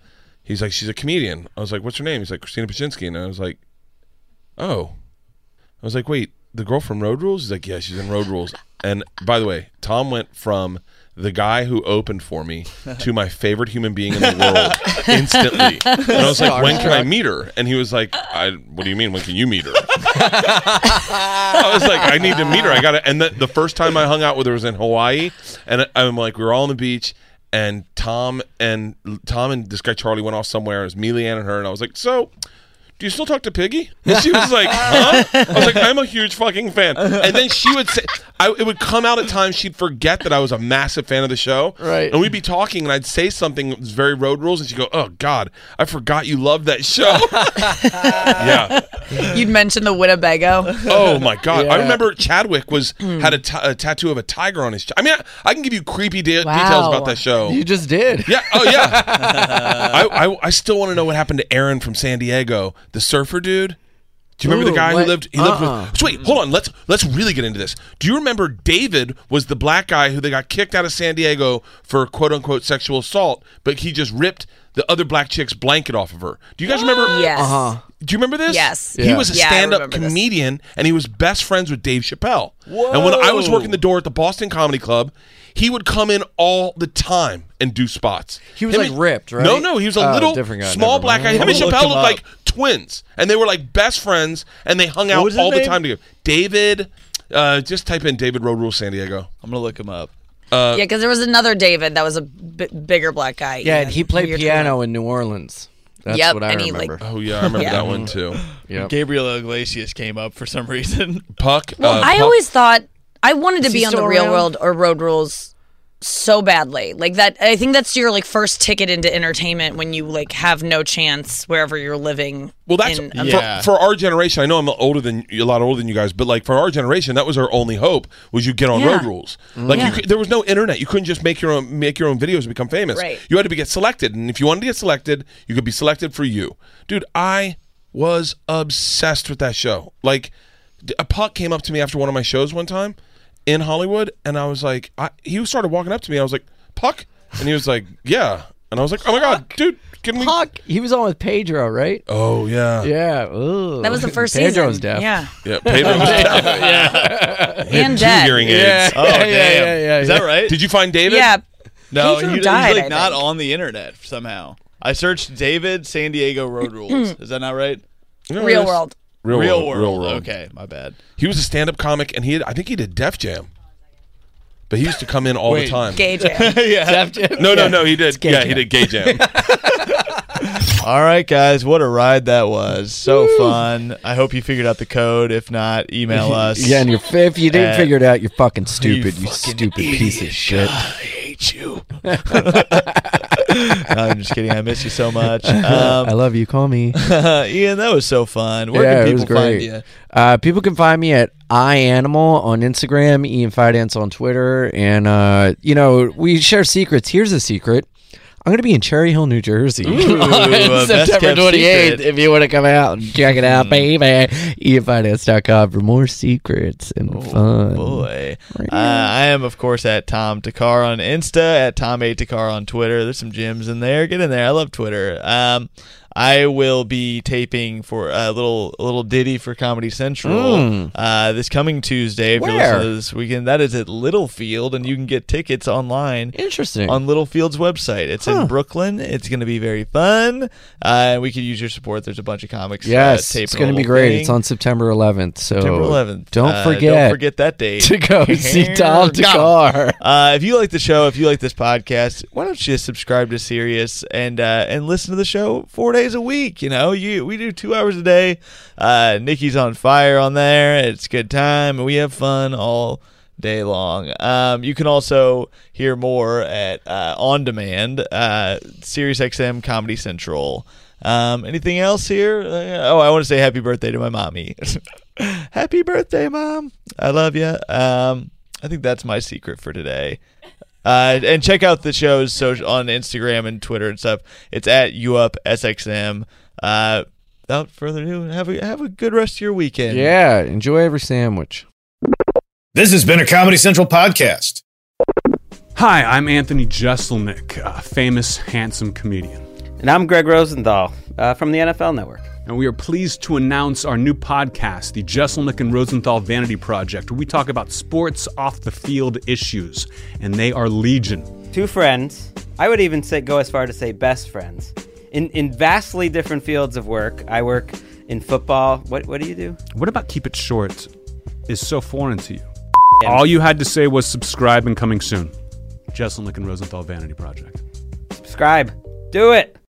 Speaker 10: He's like, "She's a comedian." I was like, "What's her name?" He's like, "Christina Pajinski," and I was like, "Oh." I was like, wait, the girl from Road Rules? He's like, yeah, she's in Road Rules. And by the way, Tom went from the guy who opened for me
Speaker 2: [LAUGHS]
Speaker 10: to my favorite human being in the world instantly. And I was like, when can I meet her? And he was like, I, what do you mean? When can you meet her? I was like, I need to meet her. I got to. And the, the first time I hung out with her was in Hawaii. And I- I'm like, we were all on the beach. And Tom and Tom and this guy Charlie went off somewhere. It was me, Leanne, and her. And I was like, so "Do you still talk to Piggy?" And she was like, "Huh?" I was like, "I'm a huge fucking fan." And then she would say, I, "It would come out at times she'd forget that I was a massive fan of the show."
Speaker 3: Right.
Speaker 10: And we'd be talking, and I'd say something that was very road rules, and she'd go, "Oh God, I forgot you loved that show." yeah.
Speaker 4: You'd mentioned the Winnebago.
Speaker 3: [LAUGHS]
Speaker 10: Oh my God! I
Speaker 3: Yeah.
Speaker 10: remember
Speaker 3: [CLEARS THROAT]
Speaker 10: Chadwick was had a ti- a tattoo of a tiger on his. Ch- I mean, I, I can give you creepy de- details about that show.
Speaker 3: You just did.
Speaker 10: Yeah. Oh, yeah.
Speaker 3: [LAUGHS]
Speaker 10: I, I, I still want to know what happened to Aaron from San Diego, the surfer dude. Do you remember
Speaker 3: Ooh,
Speaker 10: the guy
Speaker 3: what? Uh-uh.
Speaker 10: who lived? He lived with. So wait, hold on. Let's let's really get into this. Do you remember David was the black guy who they got kicked out of San Diego for quote unquote sexual assault, but he just ripped the other black chick's blanket off of her. Do you guys
Speaker 4: [LAUGHS]
Speaker 10: remember?
Speaker 4: Yes.
Speaker 2: Uh-huh.
Speaker 10: Do you remember this?
Speaker 4: Yes.
Speaker 10: He
Speaker 3: Yeah.
Speaker 10: was a
Speaker 4: Yeah, I
Speaker 10: stand-up
Speaker 4: remember this.
Speaker 10: comedian, and he was best friends with Dave Chappelle. And when I was working the door at the Boston Comedy Club, he would come in all the time and do spots.
Speaker 3: He was,
Speaker 10: Him
Speaker 3: like,
Speaker 10: and-
Speaker 3: ripped, right?
Speaker 10: No, no, he was a
Speaker 3: Oh,
Speaker 10: little
Speaker 3: different guy,
Speaker 10: small
Speaker 3: never
Speaker 10: black guy.
Speaker 3: mind.
Speaker 10: Him and
Speaker 2: I'm gonna look
Speaker 10: Chappelle
Speaker 2: him
Speaker 10: looked
Speaker 2: up.
Speaker 10: like twins, and they were like best friends, and they hung out
Speaker 2: was his
Speaker 10: all the
Speaker 2: name?
Speaker 10: time together. David, uh, just type in David Road Rule San Diego.
Speaker 2: I'm gonna look him up.
Speaker 4: yeah, because there was another David that was a b- bigger black guy.
Speaker 3: Yeah, and he played
Speaker 4: weird-
Speaker 3: piano in New Orleans. That's
Speaker 4: Yep,
Speaker 3: what I
Speaker 4: and he,
Speaker 3: remember.
Speaker 10: Oh yeah, I remember
Speaker 4: Yeah.
Speaker 10: that one too.
Speaker 3: Yep.
Speaker 2: Gabriel Iglesias came up for some [LAUGHS] reason.
Speaker 10: Puck. uh,
Speaker 4: I
Speaker 10: Puck-
Speaker 4: always thought I wanted to
Speaker 6: Is he
Speaker 4: be on the
Speaker 6: still
Speaker 4: Real
Speaker 6: around?
Speaker 4: World or Road Rules so badly. Like that, I think that's your like first ticket into entertainment when you like have no chance wherever you're living.
Speaker 10: Well, that's
Speaker 4: in-
Speaker 10: for,
Speaker 2: Yeah.
Speaker 10: for our generation. I know I'm older than a lot older than you guys, but like for our generation, that was our only hope was you get on road rules.
Speaker 4: Mm-hmm.
Speaker 10: Like you, could- there was no internet. You couldn't just make your own make your own videos and become famous.
Speaker 4: Right.
Speaker 10: You had to be get selected, and if you wanted to get selected, you could be selected for you, dude. I was obsessed with that show. Like d- a puck came up to me after one of my shows one time in Hollywood, and I was like, I, he started walking up to me. I was like, Puck, and he was like, Yeah, and I was like, Oh my god, dude, can we?
Speaker 3: Fuck. He was on with Pedro, right?
Speaker 10: Oh yeah,
Speaker 3: Yeah. Ooh.
Speaker 4: that
Speaker 3: [LAUGHS]
Speaker 4: was the first
Speaker 3: Pedro's
Speaker 4: season.
Speaker 3: deaf.
Speaker 4: Yeah,
Speaker 10: yeah. Pedro was [LAUGHS] He had
Speaker 4: and
Speaker 10: two
Speaker 4: dead.
Speaker 10: hearing aids.
Speaker 3: Yeah.
Speaker 2: Oh
Speaker 3: yeah,
Speaker 2: damn!
Speaker 3: yeah, yeah, yeah.
Speaker 2: Is that right?
Speaker 10: Did you find David?
Speaker 4: Yeah,
Speaker 2: no,
Speaker 4: Pedro
Speaker 2: he,
Speaker 4: died,
Speaker 2: he's like
Speaker 4: I
Speaker 2: not
Speaker 4: think.
Speaker 2: on the internet somehow. I searched David San Diego Road Rules. Is that not right?
Speaker 10: No,
Speaker 4: Real
Speaker 10: yes.
Speaker 4: World.
Speaker 10: Real, world. Real world.
Speaker 2: Okay, my bad.
Speaker 10: He was a stand-up comic, and he had, I think he did Def Jam, but he used to come in all the
Speaker 2: Wait.
Speaker 10: time. [LAUGHS]
Speaker 4: Gay jam.
Speaker 2: [LAUGHS] yeah.
Speaker 10: no, no, no. He did. Yeah, he did Gay Jam.
Speaker 2: All right, guys, what a ride that was. So fun. I hope you figured out the code. If not,
Speaker 3: [LAUGHS]
Speaker 2: email us. [LAUGHS]
Speaker 3: Yeah, and you're, if you didn't
Speaker 2: Uh,
Speaker 3: figure it out, you're fucking stupid. You,
Speaker 2: fucking
Speaker 3: stupid piece of shit.
Speaker 2: hate you. [LAUGHS] I'm just kidding. I miss you so much. Um, [LAUGHS]
Speaker 3: I love you. Call me.
Speaker 2: Ian, that was so fun. Where
Speaker 3: yeah,
Speaker 2: can
Speaker 3: it was
Speaker 2: people find
Speaker 3: great.
Speaker 2: you?
Speaker 3: Uh, people can find me at iAnimal on Instagram, Ian Finance on Twitter, and uh, you know we share secrets. Here's a secret: I'm going to be in Cherry Hill, New
Speaker 2: [LAUGHS]
Speaker 3: Jersey, on [LAUGHS]
Speaker 2: best
Speaker 3: September
Speaker 2: kept
Speaker 3: 28th.
Speaker 2: secret. Mm.
Speaker 3: If you want to come out and check it out, baby, IanFinance.com for more secrets and fun.
Speaker 2: Oh, Boy. Uh, I am, of course, at Tom Takar on Insta, at Tom A. Takar on Twitter. There's some gems in there. Get in there. I love Twitter. Um, I will be taping for a little a little ditty for Comedy Central uh, this coming Tuesday. If you're
Speaker 3: Hmm. Where?
Speaker 2: listening to this weekend, that is at Littlefield, and you can get tickets online
Speaker 3: Interesting.
Speaker 2: on Littlefield's website. It's in Brooklyn. It's going to be very fun, uh, and we could use your support. There's a bunch of comics.
Speaker 3: yes,
Speaker 2: uh, taping
Speaker 3: it's
Speaker 2: a
Speaker 3: going to be
Speaker 2: little
Speaker 3: great.
Speaker 2: thing.
Speaker 3: It's on September 11th. So
Speaker 2: September 11th.
Speaker 3: Don't
Speaker 2: Uh,
Speaker 3: forget.
Speaker 2: Don't forget that date.
Speaker 3: [LAUGHS]
Speaker 2: [LAUGHS]
Speaker 3: to go see Tom Dakar.
Speaker 2: Uh, if you like the show, if you like this podcast, why don't you subscribe to Sirius and uh, and listen to the show four days a week? You know, you we do two hours a day. Uh, Nikki's on fire on there. It's a good time, and we have fun all day long. Um, you can also hear more at uh, on demand, uh, SiriusXM Comedy Central. Um, anything else here? Uh, oh, I want to say happy birthday to my mommy. [LAUGHS] happy birthday, mom! I love you. Um, I think that's my secret for today. Uh, and check out the shows so on Instagram and Twitter and stuff. It's at UUpSXM. Uh, without further ado, have a have a good rest of your weekend.
Speaker 3: Yeah, enjoy every sandwich.
Speaker 1: This has been a Comedy Central podcast.
Speaker 11: Hi, I'm Anthony Jeselnik, a famous, handsome comedian.
Speaker 12: And I'm Greg Rosenthal uh, from the NFL Network.
Speaker 11: And we are pleased to announce our new podcast, the Jesselnik and Rosenthal Vanity Project, where we talk about sports off the field issues, and they are legion.
Speaker 12: Two friends, I would even say go as far to say best friends, in, in vastly different fields of work. I work in football. What, what do you do?
Speaker 11: What about Keep It Short is so foreign to you? All you had to say was subscribe and coming soon. Jesselnik and Rosenthal Vanity Project.
Speaker 12: Subscribe. Do it.